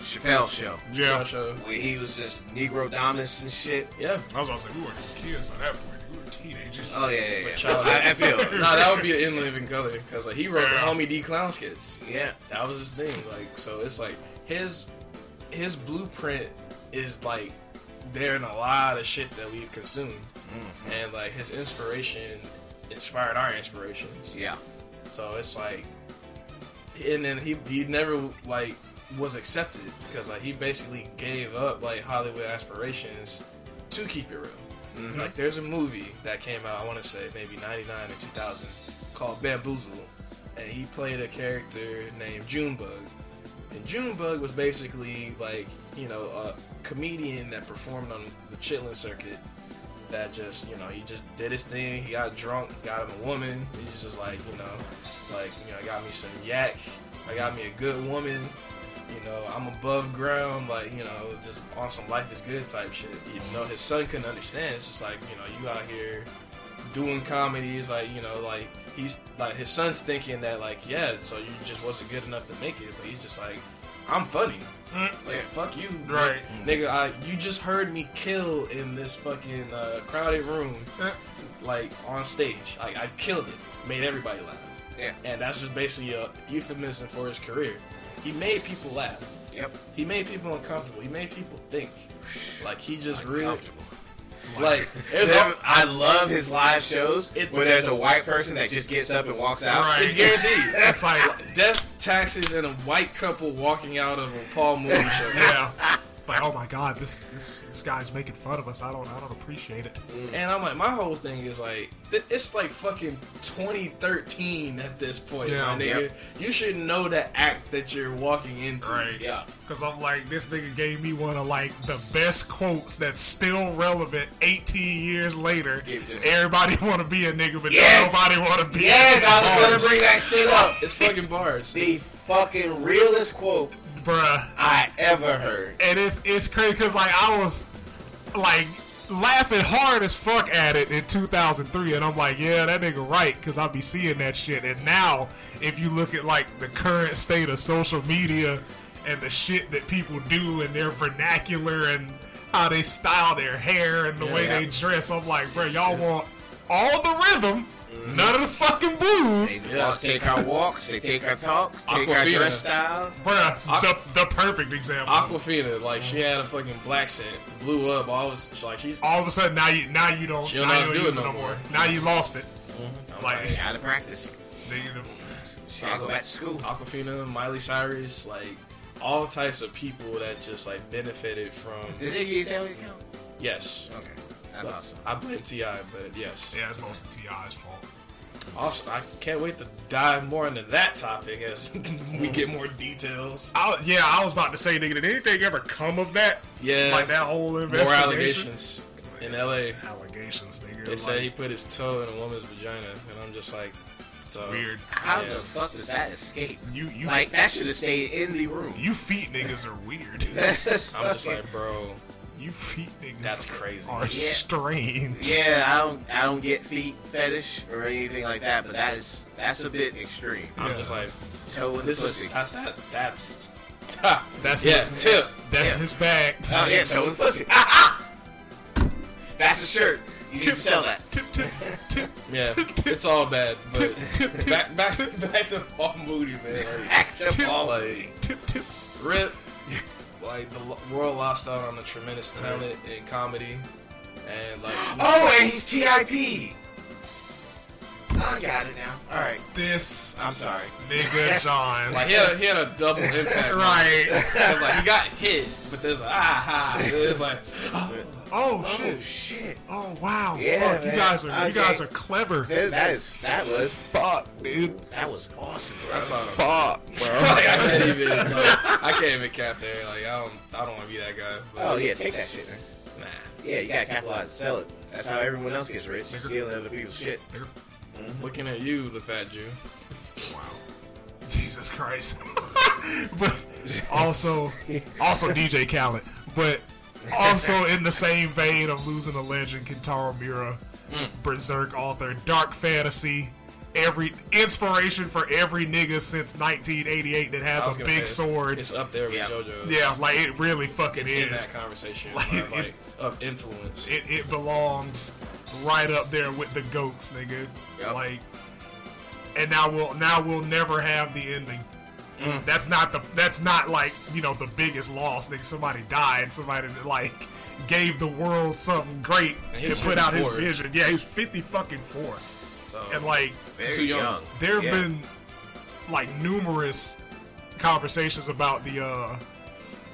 [SPEAKER 2] Chappelle Show.
[SPEAKER 1] Yeah,
[SPEAKER 3] Show.
[SPEAKER 2] When he was just Negro Dominus and shit.
[SPEAKER 3] uh, Yeah.
[SPEAKER 1] I was gonna say we weren't even kids by that point. We were teenagers.
[SPEAKER 2] Oh yeah, yeah, yeah.
[SPEAKER 3] Child-
[SPEAKER 2] I, I feel.
[SPEAKER 3] no,
[SPEAKER 2] it.
[SPEAKER 3] that would be an In Living Color because like he wrote
[SPEAKER 1] Yeah.
[SPEAKER 3] the Homie D Clown skits.
[SPEAKER 2] Yeah.
[SPEAKER 3] That was his thing. Like so, it's like his his blueprint is like there in a lot of shit that we've consumed, and like his inspiration inspired our inspirations.
[SPEAKER 2] Yeah.
[SPEAKER 3] So it's like, and then he he never like was accepted because like he basically gave up like Hollywood aspirations to keep it real. Like there's a movie that came out I want to say maybe '99 or 2000 called Bamboozle, and he played a character named Junebug. And Junebug was basically like you know a comedian that performed on the Chitlin circuit that just you know he just did his thing. He got drunk, got him a woman. He's just like you know, like you know, I got me some yak. I got me a good woman. You know, I'm above ground. Like you know, just on some life is good type shit. Even though his son couldn't understand, it's just like you know, you out here doing comedies. Like you know, like he's like his son's thinking that like yeah, so you just wasn't good enough to make it. But he's just like. I'm funny. Like fuck you,
[SPEAKER 1] mm, Right.
[SPEAKER 3] nigga. I you just heard me kill in this fucking uh, crowded room,
[SPEAKER 1] Eh,
[SPEAKER 3] like on stage. Like I killed it, made everybody laugh,
[SPEAKER 2] Yeah.
[SPEAKER 3] and that's just basically a euphemism for his career. He made people laugh.
[SPEAKER 2] Yep.
[SPEAKER 3] He made people uncomfortable. He made people think. Like he just really
[SPEAKER 2] Comfortable.
[SPEAKER 3] like there's
[SPEAKER 2] Them-
[SPEAKER 3] a,
[SPEAKER 2] I love his live shows
[SPEAKER 3] It's-
[SPEAKER 2] where there's a white person that just gets up and walks out.
[SPEAKER 1] Right.
[SPEAKER 3] it's guaranteed.
[SPEAKER 1] It's like,
[SPEAKER 3] Death, taxes, and a white couple walking out of a Paul movie show.
[SPEAKER 1] yeah. It's like, oh my god, this, this this guy's making fun of us. I don't I don't appreciate it.
[SPEAKER 3] And I'm like, my whole thing is like, th- it's like fucking 2013 at this point,
[SPEAKER 1] Yeah.
[SPEAKER 3] my nigga.
[SPEAKER 2] Yep.
[SPEAKER 3] You should know the act that you're walking into.
[SPEAKER 1] Right.
[SPEAKER 2] Yeah.
[SPEAKER 1] Cause I'm like, this nigga gave me one of like the best quotes that's still relevant 18 years later.
[SPEAKER 2] Give it to me.
[SPEAKER 1] Everybody want to be a nigga, but
[SPEAKER 2] Yes!
[SPEAKER 1] nobody want to be.
[SPEAKER 2] Yes, I was gonna
[SPEAKER 3] Bars.
[SPEAKER 2] bring that shit up.
[SPEAKER 3] It's fucking bars.
[SPEAKER 2] The fucking realest quote
[SPEAKER 1] bruh.
[SPEAKER 2] I ever heard.
[SPEAKER 1] and it's it's crazy because like I was like laughing hard as fuck at it in 2003, and I'm like, yeah, that nigga right, because I be seeing that shit. And now, if you look at like the current state of social media and the shit that people do and their vernacular and how they style their hair and the way
[SPEAKER 2] Yeah.
[SPEAKER 1] they dress, I'm like, bruh, y'all want all the rhythm,
[SPEAKER 2] Mm-hmm.
[SPEAKER 1] none of the fucking blues.
[SPEAKER 2] They
[SPEAKER 3] Yeah.
[SPEAKER 2] walk, take our walks, they take our talks, take our
[SPEAKER 3] Aquafina.
[SPEAKER 2] dress styles.
[SPEAKER 1] Bruh,
[SPEAKER 3] Aqu-
[SPEAKER 1] the, the perfect example.
[SPEAKER 3] Aquafina, like, she had a fucking black set, blew up. I was like, she's.
[SPEAKER 1] all of a sudden now you now you don't
[SPEAKER 3] She'll
[SPEAKER 1] now
[SPEAKER 3] not
[SPEAKER 1] you don't
[SPEAKER 3] do it
[SPEAKER 1] use it
[SPEAKER 3] no
[SPEAKER 1] no
[SPEAKER 3] more.
[SPEAKER 1] more. Now you lost it. Like
[SPEAKER 2] She out of practice.
[SPEAKER 1] they, the,
[SPEAKER 2] She gotta go back to school.
[SPEAKER 3] Aquafina, Miley Cyrus, like, all types of people that just, like, benefited from.
[SPEAKER 2] Did they use Elliot Count?
[SPEAKER 3] Yes.
[SPEAKER 2] Okay. That's awesome.
[SPEAKER 3] I blame T.I., but yes.
[SPEAKER 1] yeah, it's mostly Ti's fault.
[SPEAKER 3] Also, I can't wait to dive more into that topic as we get more details.
[SPEAKER 1] I, yeah, I was about to say, nigga, did anything ever come of that?
[SPEAKER 3] Yeah.
[SPEAKER 1] like that whole
[SPEAKER 3] More
[SPEAKER 1] investigation.
[SPEAKER 3] allegations in
[SPEAKER 1] It's
[SPEAKER 3] L.A.
[SPEAKER 1] allegations, nigga.
[SPEAKER 3] They say he put his toe in a woman's vagina, and I'm just like, so
[SPEAKER 1] weird.
[SPEAKER 2] How
[SPEAKER 3] Yeah.
[SPEAKER 2] the fuck does that escape?
[SPEAKER 1] You you
[SPEAKER 2] Like that should have stayed in the room.
[SPEAKER 1] you feet niggas are weird.
[SPEAKER 3] I'm just like, bro,
[SPEAKER 1] you feet niggas.
[SPEAKER 3] That's crazy.
[SPEAKER 1] Are
[SPEAKER 3] Yeah.
[SPEAKER 1] strange.
[SPEAKER 2] Yeah, I don't I don't get feet fetish or anything like that, but that is that's a bit extreme.
[SPEAKER 3] I'm
[SPEAKER 1] Yeah,
[SPEAKER 3] just like,
[SPEAKER 1] that's-
[SPEAKER 2] Toe in the
[SPEAKER 3] this is
[SPEAKER 2] pussy.
[SPEAKER 3] I, that that's
[SPEAKER 1] that's
[SPEAKER 3] yeah,
[SPEAKER 1] his,
[SPEAKER 3] tip.
[SPEAKER 1] that's
[SPEAKER 2] yeah.
[SPEAKER 1] his bag.
[SPEAKER 2] oh yeah, toe in the pussy. Ah, ah! That's a shirt. You need to sell that.
[SPEAKER 1] Tip tip tip.
[SPEAKER 3] Yeah, it's all bad. But back back back to Paul Moody, man. Like,
[SPEAKER 2] Act up all
[SPEAKER 3] like
[SPEAKER 1] Tip tip.
[SPEAKER 3] Rip, like the lo- world lost out on a tremendous talent in comedy, and like you know,
[SPEAKER 2] Oh, and he's TIP. I got it now. All right.
[SPEAKER 1] This
[SPEAKER 2] I'm sorry.
[SPEAKER 1] nigga John.
[SPEAKER 3] like he had a, he had a double impact.
[SPEAKER 1] right.
[SPEAKER 3] It's like he got hit, but there's like, ah ha. It's like
[SPEAKER 1] Oh
[SPEAKER 2] Oh
[SPEAKER 1] shit.
[SPEAKER 2] shit.
[SPEAKER 1] Oh wow.
[SPEAKER 2] Yeah,
[SPEAKER 1] Fuck,
[SPEAKER 2] man.
[SPEAKER 1] you guys are
[SPEAKER 2] Okay.
[SPEAKER 1] you guys are clever.
[SPEAKER 2] That that is that was
[SPEAKER 1] Fuck, dude.
[SPEAKER 2] that was awesome, bro.
[SPEAKER 3] that's all.
[SPEAKER 1] Fuck,
[SPEAKER 3] Like, I can't even. Like, I can't even cap there. Like I don't. I don't want to be that guy. But,
[SPEAKER 2] Oh yeah, take that shit, man.
[SPEAKER 3] Nah.
[SPEAKER 2] Yeah, you gotta capitalize and sell it. That's how everyone else gets rich, stealing other people's shit.
[SPEAKER 3] Looking at you, the fat Jew.
[SPEAKER 1] Wow. Jesus Christ. but also, also DJ Khaled. But also in the same vein of losing a legend, Kentaro Mira,
[SPEAKER 3] Mm.
[SPEAKER 1] Berserk author, dark fantasy, every inspiration for every nigga since 1988 that
[SPEAKER 3] I
[SPEAKER 1] has
[SPEAKER 3] was
[SPEAKER 1] a
[SPEAKER 3] gonna
[SPEAKER 1] big
[SPEAKER 3] say,
[SPEAKER 1] sword.
[SPEAKER 3] It's up there with
[SPEAKER 2] Yeah.
[SPEAKER 3] JoJo.
[SPEAKER 1] Yeah, like it really fucking
[SPEAKER 3] It's in
[SPEAKER 1] is.
[SPEAKER 3] that conversation.
[SPEAKER 1] Like,
[SPEAKER 3] Like,
[SPEAKER 1] it-
[SPEAKER 3] like of influence.
[SPEAKER 1] it, it belongs right up there with the goats, nigga.
[SPEAKER 2] Yep.
[SPEAKER 1] Like, and now we'll now we'll never have the ending. That's not the that's not like you know the biggest loss. Nigga, somebody died. Somebody like gave the world something great
[SPEAKER 3] And
[SPEAKER 1] and,
[SPEAKER 3] he was
[SPEAKER 1] put out his
[SPEAKER 3] 54.
[SPEAKER 1] vision. Yeah, he was fifty fucking four,
[SPEAKER 3] so,
[SPEAKER 1] and like
[SPEAKER 2] Very
[SPEAKER 3] Too young.
[SPEAKER 1] there have
[SPEAKER 2] Yeah.
[SPEAKER 1] been like numerous conversations about the uh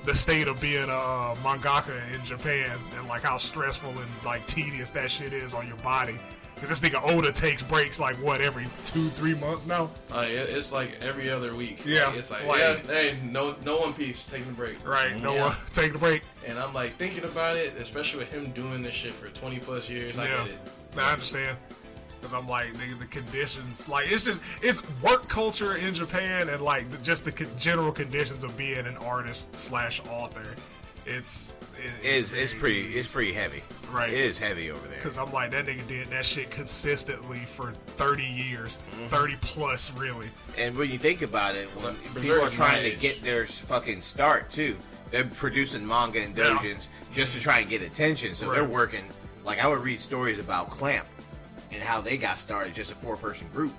[SPEAKER 1] the state of being a uh, mangaka in Japan and like how stressful and like tedious that shit is on your body. Because this nigga Oda takes breaks like what every two three months now.
[SPEAKER 3] like, it- it's like every other week.
[SPEAKER 1] Yeah,
[SPEAKER 3] Like, it's like,
[SPEAKER 1] like-
[SPEAKER 3] yeah, hey, no, no One Piece, taking a break.
[SPEAKER 1] Right, no
[SPEAKER 3] Yeah.
[SPEAKER 1] one taking a break.
[SPEAKER 3] And I'm like thinking about it, especially with him doing this shit for 20 plus years. I
[SPEAKER 1] yeah,
[SPEAKER 3] get it.
[SPEAKER 1] I understand. Cause I'm like, nigga, the conditions, like it's just it's work culture in Japan and like the, just the con- general conditions of being an artist slash author It's it,
[SPEAKER 2] It's it's pretty it's pretty heavy.
[SPEAKER 1] Right.
[SPEAKER 2] It is heavy over there.
[SPEAKER 1] Because I'm like that nigga did that shit consistently for 30 years,
[SPEAKER 2] Mm-hmm.
[SPEAKER 1] 30 plus really.
[SPEAKER 2] And when you think about it, when
[SPEAKER 3] Berserk
[SPEAKER 2] people are
[SPEAKER 3] is
[SPEAKER 2] trying
[SPEAKER 3] my
[SPEAKER 2] to
[SPEAKER 3] age.
[SPEAKER 2] get their fucking start too. They're producing manga and
[SPEAKER 1] Yeah.
[SPEAKER 2] dojins just to try and get attention. So they're
[SPEAKER 1] Right.
[SPEAKER 2] working. Like I would read stories about Clamp and how they got started, just a four-person group,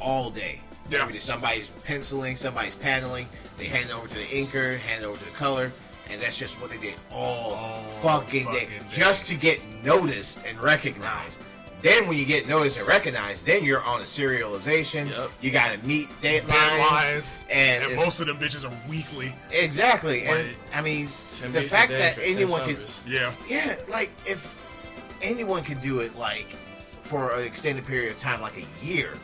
[SPEAKER 2] all day.
[SPEAKER 1] Mm-hmm. Yeah.
[SPEAKER 2] Every day, Somebody's penciling, somebody's paneling. They hand it over to the inker, hand it over to the color, and that's just what they did all fucking, day,
[SPEAKER 1] fucking day.
[SPEAKER 2] just to get noticed and recognized. Then when you get noticed and recognized, then you're on a serialization.
[SPEAKER 3] Yep.
[SPEAKER 2] You got to meet deadlines,
[SPEAKER 1] Deadlines, and,
[SPEAKER 2] and, it's-
[SPEAKER 1] most of them bitches are weekly.
[SPEAKER 2] exactly. And
[SPEAKER 1] Right.
[SPEAKER 2] I mean,
[SPEAKER 3] Ten
[SPEAKER 2] the
[SPEAKER 3] days a
[SPEAKER 2] fact
[SPEAKER 3] day
[SPEAKER 2] that
[SPEAKER 3] for 10
[SPEAKER 2] anyone could,
[SPEAKER 3] summers.
[SPEAKER 1] Yeah,
[SPEAKER 2] yeah, like if anyone could do it, like for an extended period of time, like a year,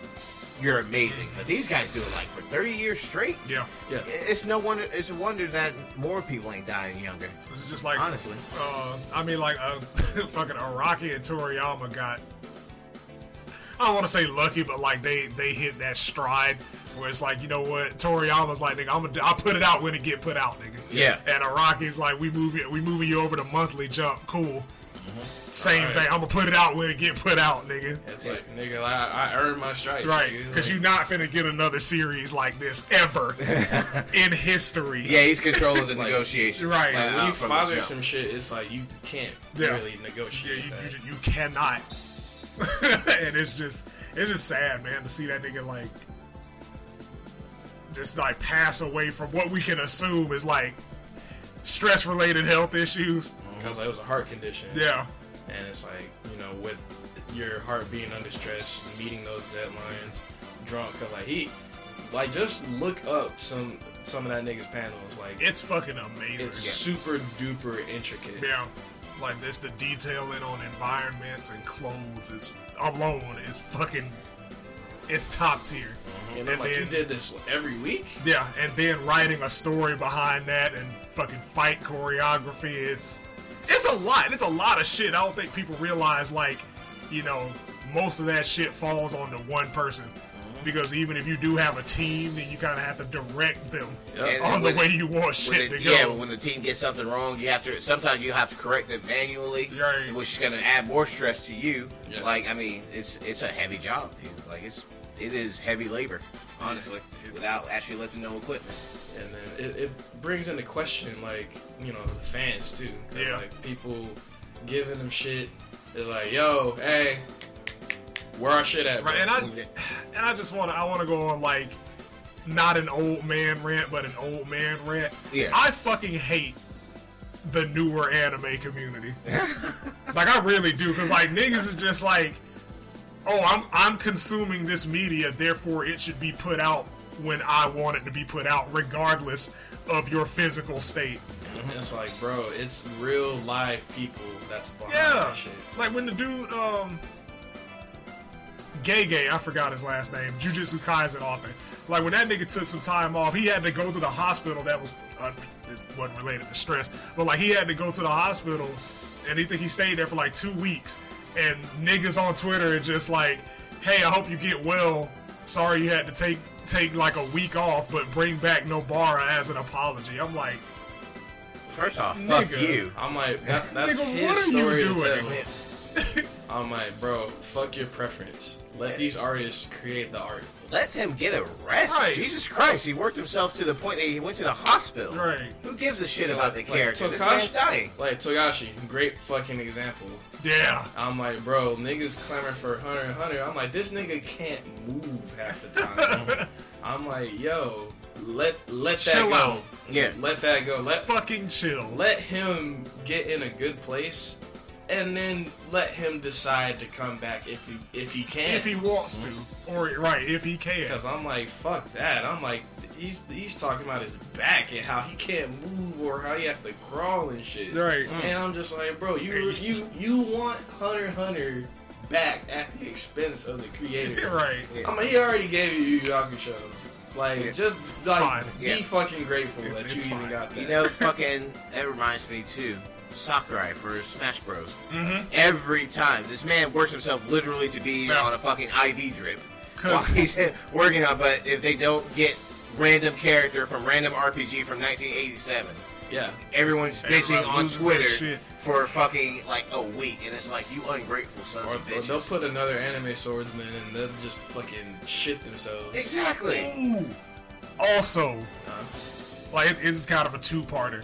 [SPEAKER 2] you're amazing. But these guys do it like for 30 years straight.
[SPEAKER 1] yeah.
[SPEAKER 3] Yeah.
[SPEAKER 2] It's no wonder. It's a wonder that more people ain't dying younger.
[SPEAKER 1] It's just like
[SPEAKER 2] Honestly.
[SPEAKER 1] Uh, I mean, like uh, fucking Araki and Toriyama got. I don't want to say lucky, but like they they hit that stride where it's like you know what Toriyama's like nigga I'm gonna I put it out when it get put out nigga
[SPEAKER 2] Yeah.
[SPEAKER 1] and Araki's like we move it we moving you over to monthly jump cool
[SPEAKER 2] Mm-hmm.
[SPEAKER 1] same
[SPEAKER 3] Alright.
[SPEAKER 1] thing I'm gonna put it out when it get put out nigga
[SPEAKER 3] It's like, nigga, I, I earned my stripes.
[SPEAKER 1] Right,
[SPEAKER 3] nigga.
[SPEAKER 1] because
[SPEAKER 3] Like,
[SPEAKER 1] you're not finna get another series like this ever in history.
[SPEAKER 2] Yeah, he's controlling the
[SPEAKER 3] Like-
[SPEAKER 2] negotiations.
[SPEAKER 1] Right.
[SPEAKER 2] Like,
[SPEAKER 1] When
[SPEAKER 2] uh,
[SPEAKER 3] when you
[SPEAKER 2] from the
[SPEAKER 3] father
[SPEAKER 2] jump.
[SPEAKER 3] some shit, it's like you can't
[SPEAKER 1] Yeah.
[SPEAKER 3] really
[SPEAKER 1] Yeah,
[SPEAKER 3] negotiate.
[SPEAKER 1] you,
[SPEAKER 3] that.
[SPEAKER 1] you, ju- you cannot. and it's just, it's just sad, man, to see that nigga like, just like pass away from what we can assume is like stress-related health issues.
[SPEAKER 3] because like, it was a heart condition.
[SPEAKER 1] Yeah,
[SPEAKER 3] and it's like you know with your heart being under stress, meeting those deadlines, drunk. Because like he, like just look up some some of that nigga's panels. Like
[SPEAKER 1] it's fucking
[SPEAKER 3] it's
[SPEAKER 1] amazing.
[SPEAKER 3] super duper intricate.
[SPEAKER 1] Yeah, like this, the detailing on environments and clothes is alone is fucking, it's top tier.
[SPEAKER 3] And I'm
[SPEAKER 1] And
[SPEAKER 3] like, you
[SPEAKER 1] then-
[SPEAKER 3] did this every week.
[SPEAKER 1] Yeah, and then writing a story behind that and fucking fight choreography. It's it's a lot. It's a lot of shit. I don't think people realize like, you know, most of that shit falls onto one person. Because even if you do have a team, then you kind of have to direct them
[SPEAKER 2] Yeah.
[SPEAKER 1] on the
[SPEAKER 2] When-
[SPEAKER 1] way you want
[SPEAKER 2] When
[SPEAKER 1] shit
[SPEAKER 2] the-
[SPEAKER 1] to go.
[SPEAKER 2] yeah, when the team gets something wrong, you have to. Sometimes you have to correct it manually,
[SPEAKER 1] Right.
[SPEAKER 2] which is gonna add more stress to you.
[SPEAKER 3] Yeah.
[SPEAKER 2] Like, I mean, it's it's a heavy job, dude. Like, it's it is heavy labor, honestly,
[SPEAKER 1] It's-
[SPEAKER 2] without actually lifting no equipment.
[SPEAKER 3] and then it, it brings into question like you know the fans too 'Cause,
[SPEAKER 1] Yeah.
[SPEAKER 3] like people giving them shit they're like yo hey where our shit at bro?
[SPEAKER 1] Right, and I and I just want to I want to go on like not an old man rant, but an old man rant.
[SPEAKER 2] Yeah.
[SPEAKER 1] I fucking hate the newer anime community. like I really do, because like niggas is just like, oh, I'm I'm consuming this media, therefore it should be put out when I want it to be put out, regardless of your physical state.
[SPEAKER 3] it's like bro it's real live people that's behind
[SPEAKER 1] Yeah.
[SPEAKER 3] that shit
[SPEAKER 1] Like when the dude, um, Gay Gay, I forgot his last name, Jujutsu Kaisen author. Like when that nigga took some time off, he had to go to the hospital. That was uh, it wasn't related to stress, but like he had to go to the hospital, and he think he stayed there for like two weeks. And niggas on Twitter are just like, "Hey, I hope you get well. Sorry you had to take take like a week off, but bring back Nobara as an apology." I'm like,
[SPEAKER 2] First off, fuck
[SPEAKER 1] Nigga.
[SPEAKER 2] you.
[SPEAKER 3] i'm like that, that's
[SPEAKER 1] Nigga,
[SPEAKER 3] his
[SPEAKER 1] what are
[SPEAKER 3] story
[SPEAKER 1] you
[SPEAKER 3] to
[SPEAKER 1] doing?
[SPEAKER 3] tell i'm like bro fuck your preference let these artists create the art
[SPEAKER 2] Let him get a rest.
[SPEAKER 1] Right.
[SPEAKER 2] Jesus Christ, he worked himself to the point that he went to the hospital.
[SPEAKER 1] Right.
[SPEAKER 2] Who gives a shit about the
[SPEAKER 3] Like,
[SPEAKER 2] character? this
[SPEAKER 3] Takashi-
[SPEAKER 2] man's dying.
[SPEAKER 3] like togashi great fucking example
[SPEAKER 1] "Yeah,
[SPEAKER 3] I'm like, bro, niggas clamoring for 100 and 100. I'm like, this nigga can't move half the time. I'm like, yo, let let that
[SPEAKER 1] Chill
[SPEAKER 3] go.
[SPEAKER 1] out.
[SPEAKER 2] Yeah.
[SPEAKER 3] Let that go. Let
[SPEAKER 1] fucking chill."
[SPEAKER 3] let him get in a good place, and then let him decide to come back if he if he can.
[SPEAKER 1] if he wants to, or right, if he can.
[SPEAKER 3] Because I'm like, fuck that. I'm like, he's he's talking about his back and how he can't move or how he has to crawl and shit.
[SPEAKER 1] Right.
[SPEAKER 2] Mm.
[SPEAKER 3] And I'm just like, bro, you you you want Hunter x Hunter back at the expense of the creator?
[SPEAKER 1] Right.
[SPEAKER 3] I'm like, he already gave you Yu Yu Hakusho. Like,
[SPEAKER 2] Yeah.
[SPEAKER 3] just
[SPEAKER 1] It's
[SPEAKER 3] like
[SPEAKER 1] fine.
[SPEAKER 3] be
[SPEAKER 2] Yeah.
[SPEAKER 3] fucking grateful
[SPEAKER 1] It's-
[SPEAKER 3] that
[SPEAKER 1] it's
[SPEAKER 3] you
[SPEAKER 1] fine.
[SPEAKER 3] even got that.
[SPEAKER 2] You know, fucking, that reminds me too. Sakurai for Smash Bros. Every time, this man works himself literally to be
[SPEAKER 1] Mm-hmm. Yeah.
[SPEAKER 2] on a fucking IV drip.
[SPEAKER 1] 'Cause-
[SPEAKER 2] While he's working on, but if they don't get random character from random RPG from 1987,
[SPEAKER 3] Yeah.
[SPEAKER 2] Everyone's
[SPEAKER 1] Everybody
[SPEAKER 2] bitching on
[SPEAKER 1] loses their
[SPEAKER 2] Twitter
[SPEAKER 1] shit.
[SPEAKER 2] for fucking like a week, and it's like you ungrateful sons
[SPEAKER 3] Or,
[SPEAKER 2] of
[SPEAKER 3] or they'll
[SPEAKER 2] bitches.
[SPEAKER 3] put another anime swordsman and they'll just fucking shit themselves.
[SPEAKER 2] Exactly.
[SPEAKER 1] Ooh. Also, like it is kind of a two-parter.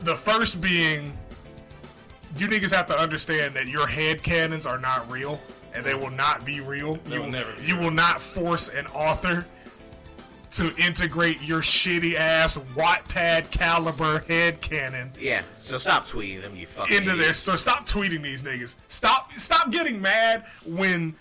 [SPEAKER 1] The first being, you niggas have to understand that your head cannons are not real, and they will not be real.
[SPEAKER 3] They
[SPEAKER 1] you
[SPEAKER 3] will never be
[SPEAKER 1] You will not force an author to integrate your shitty ass Wattpad caliber head cannon
[SPEAKER 2] Yeah. So stop tweeting them, you fucking.
[SPEAKER 1] into their
[SPEAKER 2] idiots.
[SPEAKER 1] store. Stop tweeting these niggas. Stop stop getting mad when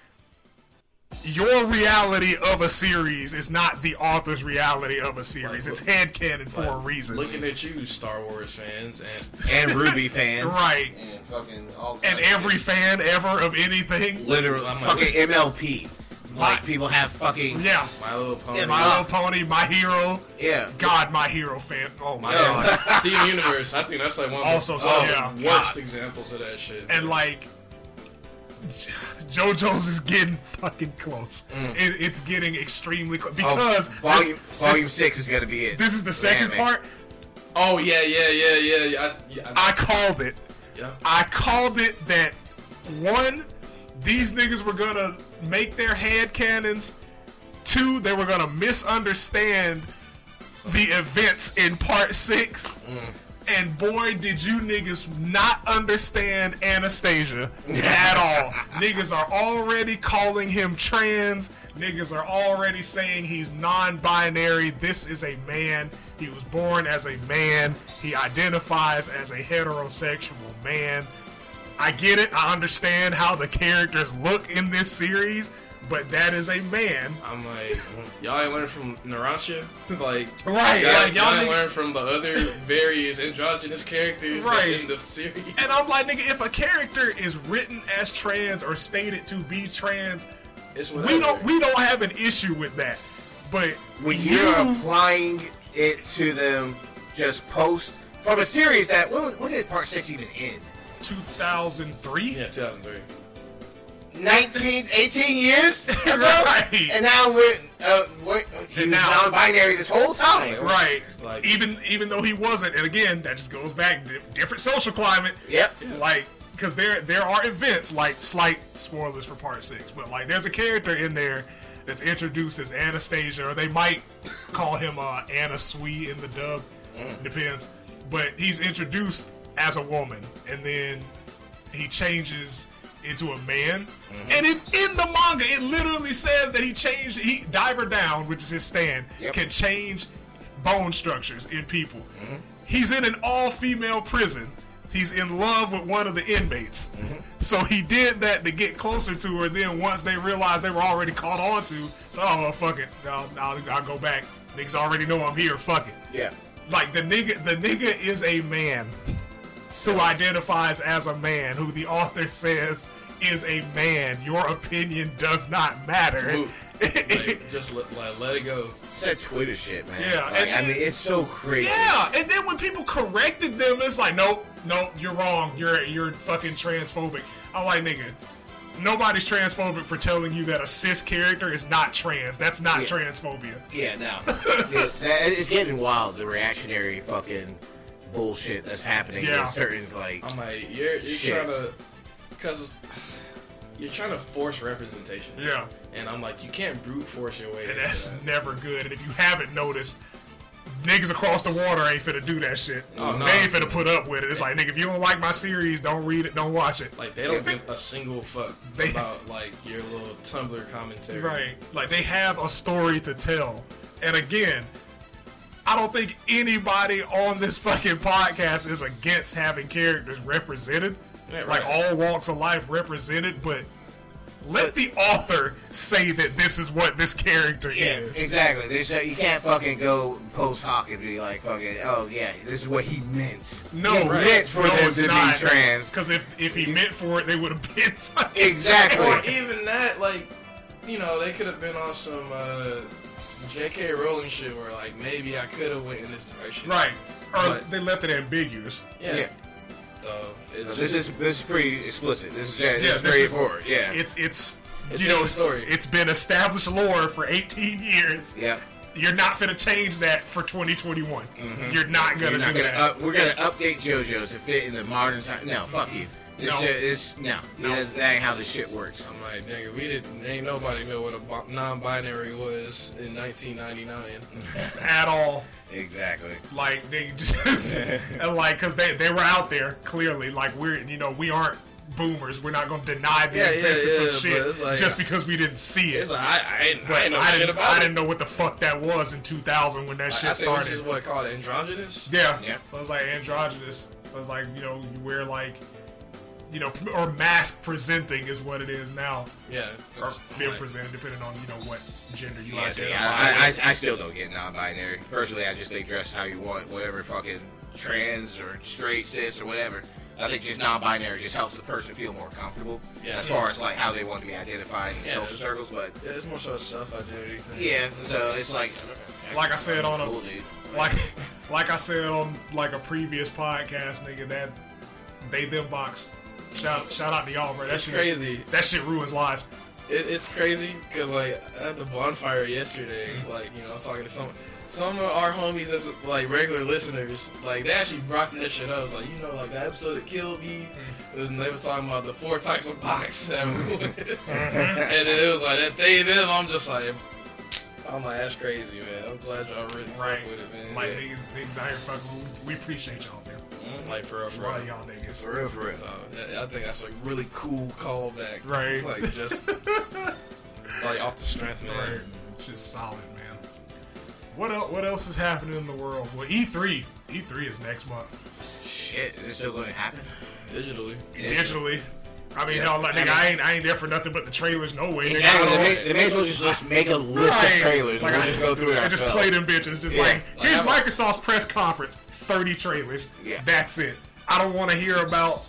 [SPEAKER 1] your reality of a series is not the author's reality of a series.
[SPEAKER 3] Like,
[SPEAKER 1] it's headcanon for a reason.
[SPEAKER 3] Looking at you, Star Wars fans, and
[SPEAKER 2] and Ruby fans.
[SPEAKER 1] right.
[SPEAKER 2] And fucking all. kinds
[SPEAKER 1] And
[SPEAKER 2] of
[SPEAKER 1] every
[SPEAKER 2] shit.
[SPEAKER 1] fan ever of anything.
[SPEAKER 2] literal
[SPEAKER 3] I'm like-
[SPEAKER 2] fucking MLP. Like
[SPEAKER 1] My-
[SPEAKER 2] people have fucking
[SPEAKER 1] Yeah.
[SPEAKER 3] My Little Pony,
[SPEAKER 2] Yeah,
[SPEAKER 1] My Little Pony, My Hero.
[SPEAKER 2] yeah.
[SPEAKER 1] God, My Hero fan. Oh my
[SPEAKER 2] Yeah.
[SPEAKER 1] god.
[SPEAKER 3] Steven Universe. I think that's like one of
[SPEAKER 1] Also,
[SPEAKER 3] the
[SPEAKER 1] so,
[SPEAKER 3] oh,
[SPEAKER 1] yeah,
[SPEAKER 3] worst
[SPEAKER 1] God.
[SPEAKER 3] examples of that shit.
[SPEAKER 1] And like, J- JoJo's is getting fucking close. It, it's getting extremely close
[SPEAKER 2] Mm. Oh,
[SPEAKER 1] because
[SPEAKER 2] volume
[SPEAKER 1] this-
[SPEAKER 2] volume six is gonna be it.
[SPEAKER 1] this is the second
[SPEAKER 2] Anime.
[SPEAKER 1] part.
[SPEAKER 3] oh yeah, yeah, yeah, yeah, yeah. I s- yeah, I-
[SPEAKER 1] I called it.
[SPEAKER 3] yeah.
[SPEAKER 1] I called it that one, these niggas were gonna make their head cannons. Two, they were gonna misunderstand the events in part six. And boy, did you niggas not understand Anastasia at all. niggas are already calling him trans. Niggas are already saying he's non binary. This is a man. He was born as a man. He identifies as a heterosexual man. I get it. I understand how the characters look in this series, but that is a man.
[SPEAKER 3] I'm like, y'all ain't learn from Narasha, like.
[SPEAKER 1] Right.
[SPEAKER 3] Y'all,
[SPEAKER 1] Like,
[SPEAKER 3] y'all,
[SPEAKER 1] y'all
[SPEAKER 3] ain't
[SPEAKER 1] niggas.
[SPEAKER 3] learn from the other various androgynous characters
[SPEAKER 1] Right.
[SPEAKER 3] that's in the series.
[SPEAKER 1] And I'm like, nigga, if a character is written as trans or stated to be trans,
[SPEAKER 3] it's
[SPEAKER 1] we don't we don't have an issue with that. But
[SPEAKER 2] when
[SPEAKER 1] you
[SPEAKER 2] you're applying it to them just post from a series that when, when did part six even end
[SPEAKER 1] 2003,
[SPEAKER 3] Yeah, 2003.
[SPEAKER 2] 19 18 years ago?
[SPEAKER 1] Right.
[SPEAKER 2] and now we're uh what he
[SPEAKER 1] And
[SPEAKER 2] was
[SPEAKER 1] now-
[SPEAKER 2] non-binary this whole time
[SPEAKER 1] right?
[SPEAKER 3] Like-
[SPEAKER 1] even even though he wasn't, and again, that just goes back di- different social climate.
[SPEAKER 2] yep
[SPEAKER 1] Like, because there there are events like slight spoilers for part six, but like there's a character in there that's introduced as Anastasia, or they might call him uh, Anna Swee in the dub,
[SPEAKER 2] Mm.
[SPEAKER 1] depends. But he's introduced as a woman, and then he changes into a man. And in, in the manga, it literally says that he changed. He diver down, which is his stand,
[SPEAKER 2] Yep.
[SPEAKER 1] can change bone structures in people. He's in an all-female prison. He's in love with one of the inmates. So he did that to get closer to her. Then once they realized they were already caught on to, so oh well, fuck it, I'll, I'll, I'll go back. Niggas already know I'm here. Fuck it
[SPEAKER 2] yeah
[SPEAKER 1] like the nigga the nigga is a man who identifies as a man who the author says is a man your opinion does not matter
[SPEAKER 3] Ooh. like, just let, like, let it go.
[SPEAKER 2] said twitter shit man
[SPEAKER 1] Yeah,
[SPEAKER 2] Like,
[SPEAKER 1] and-
[SPEAKER 2] i mean it's so crazy
[SPEAKER 1] yeah and then when people corrected them it's like nope nope you're wrong you're you're fucking transphobic i'm like nigga nobody's transphobic for telling you that a cis character is not trans that's not
[SPEAKER 2] Yeah.
[SPEAKER 1] transphobia
[SPEAKER 2] Yeah, no. Yeah, that- it's getting wild, the reactionary fucking bullshit that's happening
[SPEAKER 1] Yeah.
[SPEAKER 2] in certain, like,
[SPEAKER 3] I'm like, you're, you're
[SPEAKER 2] Shit.
[SPEAKER 3] trying to, cause you're trying to force representation.
[SPEAKER 1] Yeah.
[SPEAKER 3] And I'm like, you can't brute force your way.
[SPEAKER 1] and
[SPEAKER 3] into
[SPEAKER 1] that's
[SPEAKER 3] that.
[SPEAKER 1] never good and if you haven't noticed niggas across the water ain't finna do that shit.
[SPEAKER 3] Oh, no.
[SPEAKER 1] They ain't finna put up with it. It's like, nigga, if you don't like my series, don't read it, don't watch it.
[SPEAKER 3] Like they don't give a single fuck
[SPEAKER 1] They-
[SPEAKER 3] about like your little Tumblr commentary.
[SPEAKER 1] Right. Like, they have a story to tell. And again, I don't think anybody on this fucking podcast is against having characters represented.
[SPEAKER 3] Yeah,
[SPEAKER 1] Like,
[SPEAKER 3] right.
[SPEAKER 1] all walks of life represented, but let the author say that this is what this character
[SPEAKER 2] yeah,
[SPEAKER 1] is.
[SPEAKER 2] exactly. There's no, you can't fucking go post hoc and be like, fucking, oh, yeah, this is what he meant.
[SPEAKER 1] No,
[SPEAKER 2] he meant for
[SPEAKER 1] no,
[SPEAKER 2] them
[SPEAKER 1] it's
[SPEAKER 2] to
[SPEAKER 1] not.
[SPEAKER 2] be trans.
[SPEAKER 1] Because if, if he meant for it, they would have been fucking
[SPEAKER 2] Exactly.
[SPEAKER 1] trans.
[SPEAKER 3] Or even that, like, you know, they could have been on some uh, J.K. Rowling shit where like maybe I could have went in this direction.
[SPEAKER 1] Right. Or
[SPEAKER 3] But-
[SPEAKER 1] they left it ambiguous.
[SPEAKER 3] Yeah.
[SPEAKER 2] Yeah.
[SPEAKER 3] So it's
[SPEAKER 2] So
[SPEAKER 3] just
[SPEAKER 2] this is this is pretty explicit. This is, yeah, this
[SPEAKER 1] this
[SPEAKER 2] is very
[SPEAKER 1] is-
[SPEAKER 2] forward. Yeah.
[SPEAKER 1] It's it's,
[SPEAKER 3] It's
[SPEAKER 1] you
[SPEAKER 3] in
[SPEAKER 1] know
[SPEAKER 3] the
[SPEAKER 1] it's,
[SPEAKER 3] story.
[SPEAKER 1] it's been established lore for 18 years.
[SPEAKER 2] yeah.
[SPEAKER 1] You're not gonna change that for 2021.
[SPEAKER 2] Mm-hmm.
[SPEAKER 1] You're not gonna
[SPEAKER 2] You're not
[SPEAKER 1] do
[SPEAKER 2] gonna
[SPEAKER 1] that.
[SPEAKER 2] up, we're gonna update JoJo's to fit in the modern time. No, fuck you. This
[SPEAKER 1] No.
[SPEAKER 2] shit is no.
[SPEAKER 1] No.
[SPEAKER 2] That's- That ain't how this shit works.
[SPEAKER 3] I'm like, nigga, we didn't. Ain't nobody know what a bo- non-binary was in 1999.
[SPEAKER 1] at all.
[SPEAKER 2] Exactly.
[SPEAKER 1] Like they just and like because they they were out there clearly. Like we're you know we aren't boomers. We're not gonna deny the
[SPEAKER 3] Yeah, yeah,
[SPEAKER 1] existence
[SPEAKER 3] yeah, but
[SPEAKER 1] of
[SPEAKER 3] it's
[SPEAKER 1] shit
[SPEAKER 3] like-
[SPEAKER 1] just because we didn't see it.
[SPEAKER 3] It's like I, I, ain't,
[SPEAKER 1] But
[SPEAKER 3] I ain't know shit
[SPEAKER 1] didn't,
[SPEAKER 3] about
[SPEAKER 1] I
[SPEAKER 3] it.
[SPEAKER 1] didn't know what the fuck that was in 2000 when that
[SPEAKER 3] I
[SPEAKER 1] shit
[SPEAKER 3] think which is
[SPEAKER 1] started.
[SPEAKER 3] what I call it, androgynous.
[SPEAKER 1] Yeah.
[SPEAKER 2] Yeah.
[SPEAKER 1] I was like androgynous. I was like, you know, you wear like, you know, or mask presenting is what it is now,
[SPEAKER 3] Yeah.
[SPEAKER 1] or
[SPEAKER 3] I'm
[SPEAKER 1] film
[SPEAKER 3] like,
[SPEAKER 1] presenting, depending on you know what gender you
[SPEAKER 2] Yeah, see,
[SPEAKER 1] identify.
[SPEAKER 2] I, I,
[SPEAKER 1] with.
[SPEAKER 2] I, I still don't get non-binary. Personally, I just think dress how you want, whatever fucking trans or straight cis or whatever. I think just non-binary just helps the person feel more comfortable
[SPEAKER 3] Yeah.
[SPEAKER 2] as far as like how they want to be identified in
[SPEAKER 3] Yeah.
[SPEAKER 2] social circles. But
[SPEAKER 3] yeah, it's more so a self-identity thing.
[SPEAKER 2] yeah, so it's like
[SPEAKER 1] Like I said on a-
[SPEAKER 2] cool, dude.
[SPEAKER 1] like like I said on like a previous podcast, nigga, that they them box. Shout shout out to y'all, bro. That
[SPEAKER 3] It's
[SPEAKER 1] shit
[SPEAKER 3] crazy.
[SPEAKER 1] That shit ruins lives.
[SPEAKER 3] It, it's crazy because like at the bonfire yesterday, like you know, I was talking to some some of our homies that's like regular listeners, like they actually brought that shit up. It's like you know, like that episode that killed me, was, and they was talking about the four types of box that was,
[SPEAKER 1] Mm-hmm.
[SPEAKER 3] and then it was like that they them. I'm just like, I'm like that's crazy, man. I'm glad y'all really fuck
[SPEAKER 1] Right.
[SPEAKER 3] with it, man.
[SPEAKER 1] Like
[SPEAKER 3] yeah.
[SPEAKER 1] niggas niggas out here fucking we, we appreciate y'all man.
[SPEAKER 3] like for real, for
[SPEAKER 1] For all
[SPEAKER 3] real.
[SPEAKER 1] y'all niggas.
[SPEAKER 3] For real, for real. So, that- I think that's a really cool callback.
[SPEAKER 1] Right.
[SPEAKER 3] Like just like off the strength, man.
[SPEAKER 1] Right. Just solid, man. What else, what else is happening in the world? Well, E E3, E3 is next month
[SPEAKER 2] Shit, is this still going to happen?
[SPEAKER 3] Digitally.
[SPEAKER 1] digitally. I mean,
[SPEAKER 2] Yeah.
[SPEAKER 1] hell, like, nigga, I ain't, I ain't there for nothing but the trailers. No way, nigga.
[SPEAKER 2] Exactly.
[SPEAKER 1] I don't-
[SPEAKER 2] They may, they may as well just, just make a list
[SPEAKER 1] Right.
[SPEAKER 2] of trailers
[SPEAKER 1] Like,
[SPEAKER 2] and we'll
[SPEAKER 1] I-
[SPEAKER 2] just go through it
[SPEAKER 1] I just
[SPEAKER 2] ourselves.
[SPEAKER 1] play them bitches. Just
[SPEAKER 2] Yeah.
[SPEAKER 1] like
[SPEAKER 3] Like,
[SPEAKER 1] here's
[SPEAKER 3] I'm a-
[SPEAKER 1] Microsoft's press conference, thirty trailers.
[SPEAKER 2] Yeah.
[SPEAKER 1] That's it. I don't want to hear about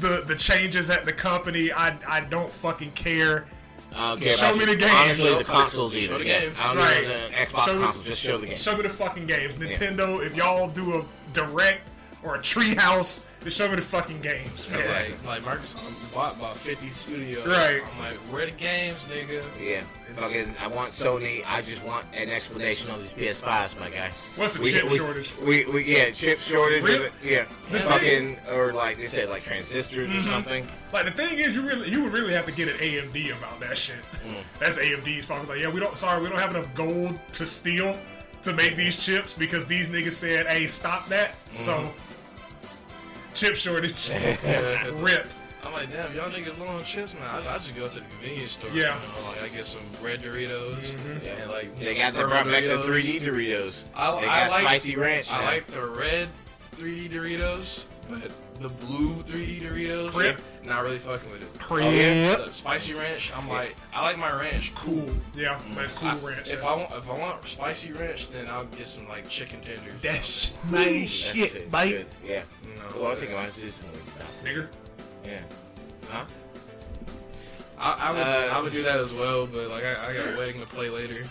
[SPEAKER 1] the the changes at the company. I I don't fucking care.
[SPEAKER 2] I don't care
[SPEAKER 1] Show
[SPEAKER 2] about
[SPEAKER 1] me
[SPEAKER 2] you.
[SPEAKER 1] the games.
[SPEAKER 2] Honestly, the consoles either.
[SPEAKER 3] the
[SPEAKER 2] yeah.
[SPEAKER 3] games.
[SPEAKER 2] I don't
[SPEAKER 1] Right.
[SPEAKER 2] know the Xbox
[SPEAKER 1] Show me-
[SPEAKER 2] consoles. Just show the games.
[SPEAKER 1] Show me the fucking games, Nintendo. If y'all do a direct or a treehouse, just show me the fucking games. man.
[SPEAKER 2] Exactly.
[SPEAKER 3] Like, like Microsoft bought about 50 studios.
[SPEAKER 1] Right.
[SPEAKER 3] I'm like, where the games, nigga?
[SPEAKER 2] Yeah.
[SPEAKER 1] It's-
[SPEAKER 2] Fucking, I want Sony. I just want an explanation on these PS5s, my guy.
[SPEAKER 1] What's the
[SPEAKER 2] We-
[SPEAKER 1] chip
[SPEAKER 2] we-
[SPEAKER 1] shortage?
[SPEAKER 2] We, we, yeah, chip shortage.
[SPEAKER 1] Really?
[SPEAKER 2] is- Yeah.
[SPEAKER 1] The Mm-hmm.
[SPEAKER 2] fucking, or like they said, like transistors or something.
[SPEAKER 1] Like the thing is, you really you would really have to get an AMD about that shit.
[SPEAKER 3] Mm.
[SPEAKER 1] That's AMD's fault. It's like, yeah, we don't. Sorry, we don't have enough gold to steal to make these chips because these niggas said, hey, stop that.
[SPEAKER 3] Mm-hmm.
[SPEAKER 1] So chip shortage,
[SPEAKER 3] Yeah, it's-
[SPEAKER 1] rip.
[SPEAKER 3] I'm like, damn, y'all niggas low on chips, man. I, I just go to the convenience store.
[SPEAKER 1] Yeah. Mm-hmm.
[SPEAKER 3] You know, like, I get some red Doritos. And, like,
[SPEAKER 2] They
[SPEAKER 3] some
[SPEAKER 2] got they
[SPEAKER 3] purple
[SPEAKER 2] brought back the
[SPEAKER 3] Doritos.
[SPEAKER 2] 3D Doritos.
[SPEAKER 3] I,
[SPEAKER 2] they
[SPEAKER 3] I
[SPEAKER 2] got
[SPEAKER 3] like,
[SPEAKER 2] spicy ranch.
[SPEAKER 3] I
[SPEAKER 2] now.
[SPEAKER 3] like the red 3D Doritos, but the blue 3D Doritos,
[SPEAKER 1] Crip.
[SPEAKER 3] not really fucking with it.
[SPEAKER 1] Crip.
[SPEAKER 3] The spicy ranch, I'm like, I like my ranch
[SPEAKER 1] Cool. Yeah, like cool
[SPEAKER 3] Mm. I-
[SPEAKER 1] ranch.
[SPEAKER 3] If I want, if I want spicy ranch, then I'll get some like chicken tenders. or
[SPEAKER 1] that's
[SPEAKER 3] something.
[SPEAKER 1] my
[SPEAKER 2] That's
[SPEAKER 1] shit,
[SPEAKER 2] it,
[SPEAKER 1] mate.
[SPEAKER 2] good, Yeah.
[SPEAKER 3] No.
[SPEAKER 2] Well, I think I might just stop.
[SPEAKER 1] Nigger.
[SPEAKER 2] Yeah. Huh?
[SPEAKER 3] I, I would,
[SPEAKER 2] Uh,
[SPEAKER 3] I would do that as well, but like I, I got a wedding to play later.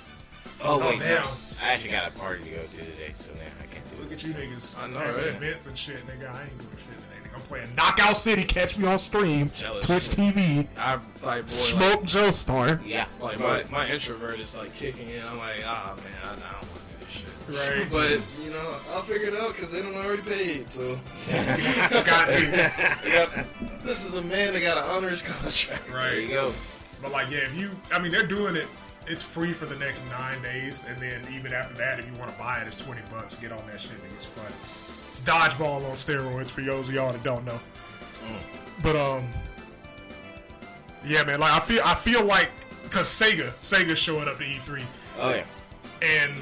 [SPEAKER 1] Oh,
[SPEAKER 2] Oh, wait,
[SPEAKER 1] damn.
[SPEAKER 2] no. I actually got a party to go to today, so now I can't do
[SPEAKER 1] Look
[SPEAKER 2] it.
[SPEAKER 1] at you niggas.
[SPEAKER 3] I know,
[SPEAKER 1] having
[SPEAKER 3] right?
[SPEAKER 1] Events and shit, nigga. I ain't doing shit today, nigga. I'm playing Knockout City. Catch me on stream,
[SPEAKER 3] Jealous.
[SPEAKER 1] Twitch TV,
[SPEAKER 3] I like boy,
[SPEAKER 1] Smoke Joe Star.
[SPEAKER 2] Yeah.
[SPEAKER 3] like, like my, my introvert is like kicking in. I'm like, ah man, I, I don't want to do this shit.
[SPEAKER 1] Right.
[SPEAKER 3] But you know, I'll figure it out because they don't already paid. So
[SPEAKER 1] Got to.
[SPEAKER 3] I got, this is a man that got an honors contract.
[SPEAKER 2] There
[SPEAKER 1] Right.
[SPEAKER 2] you go.
[SPEAKER 1] But like, yeah, if you, I mean, they're doing it. It's free for the next nine days, and then even after that, if you want to buy it, it's twenty bucks. Get on that shit, and it's fun. It's dodgeball on steroids for those of y'all that don't know. But um, yeah, man, like I feel, I feel like because Sega, Sega's showing up to E3,
[SPEAKER 2] Oh, yeah.
[SPEAKER 1] and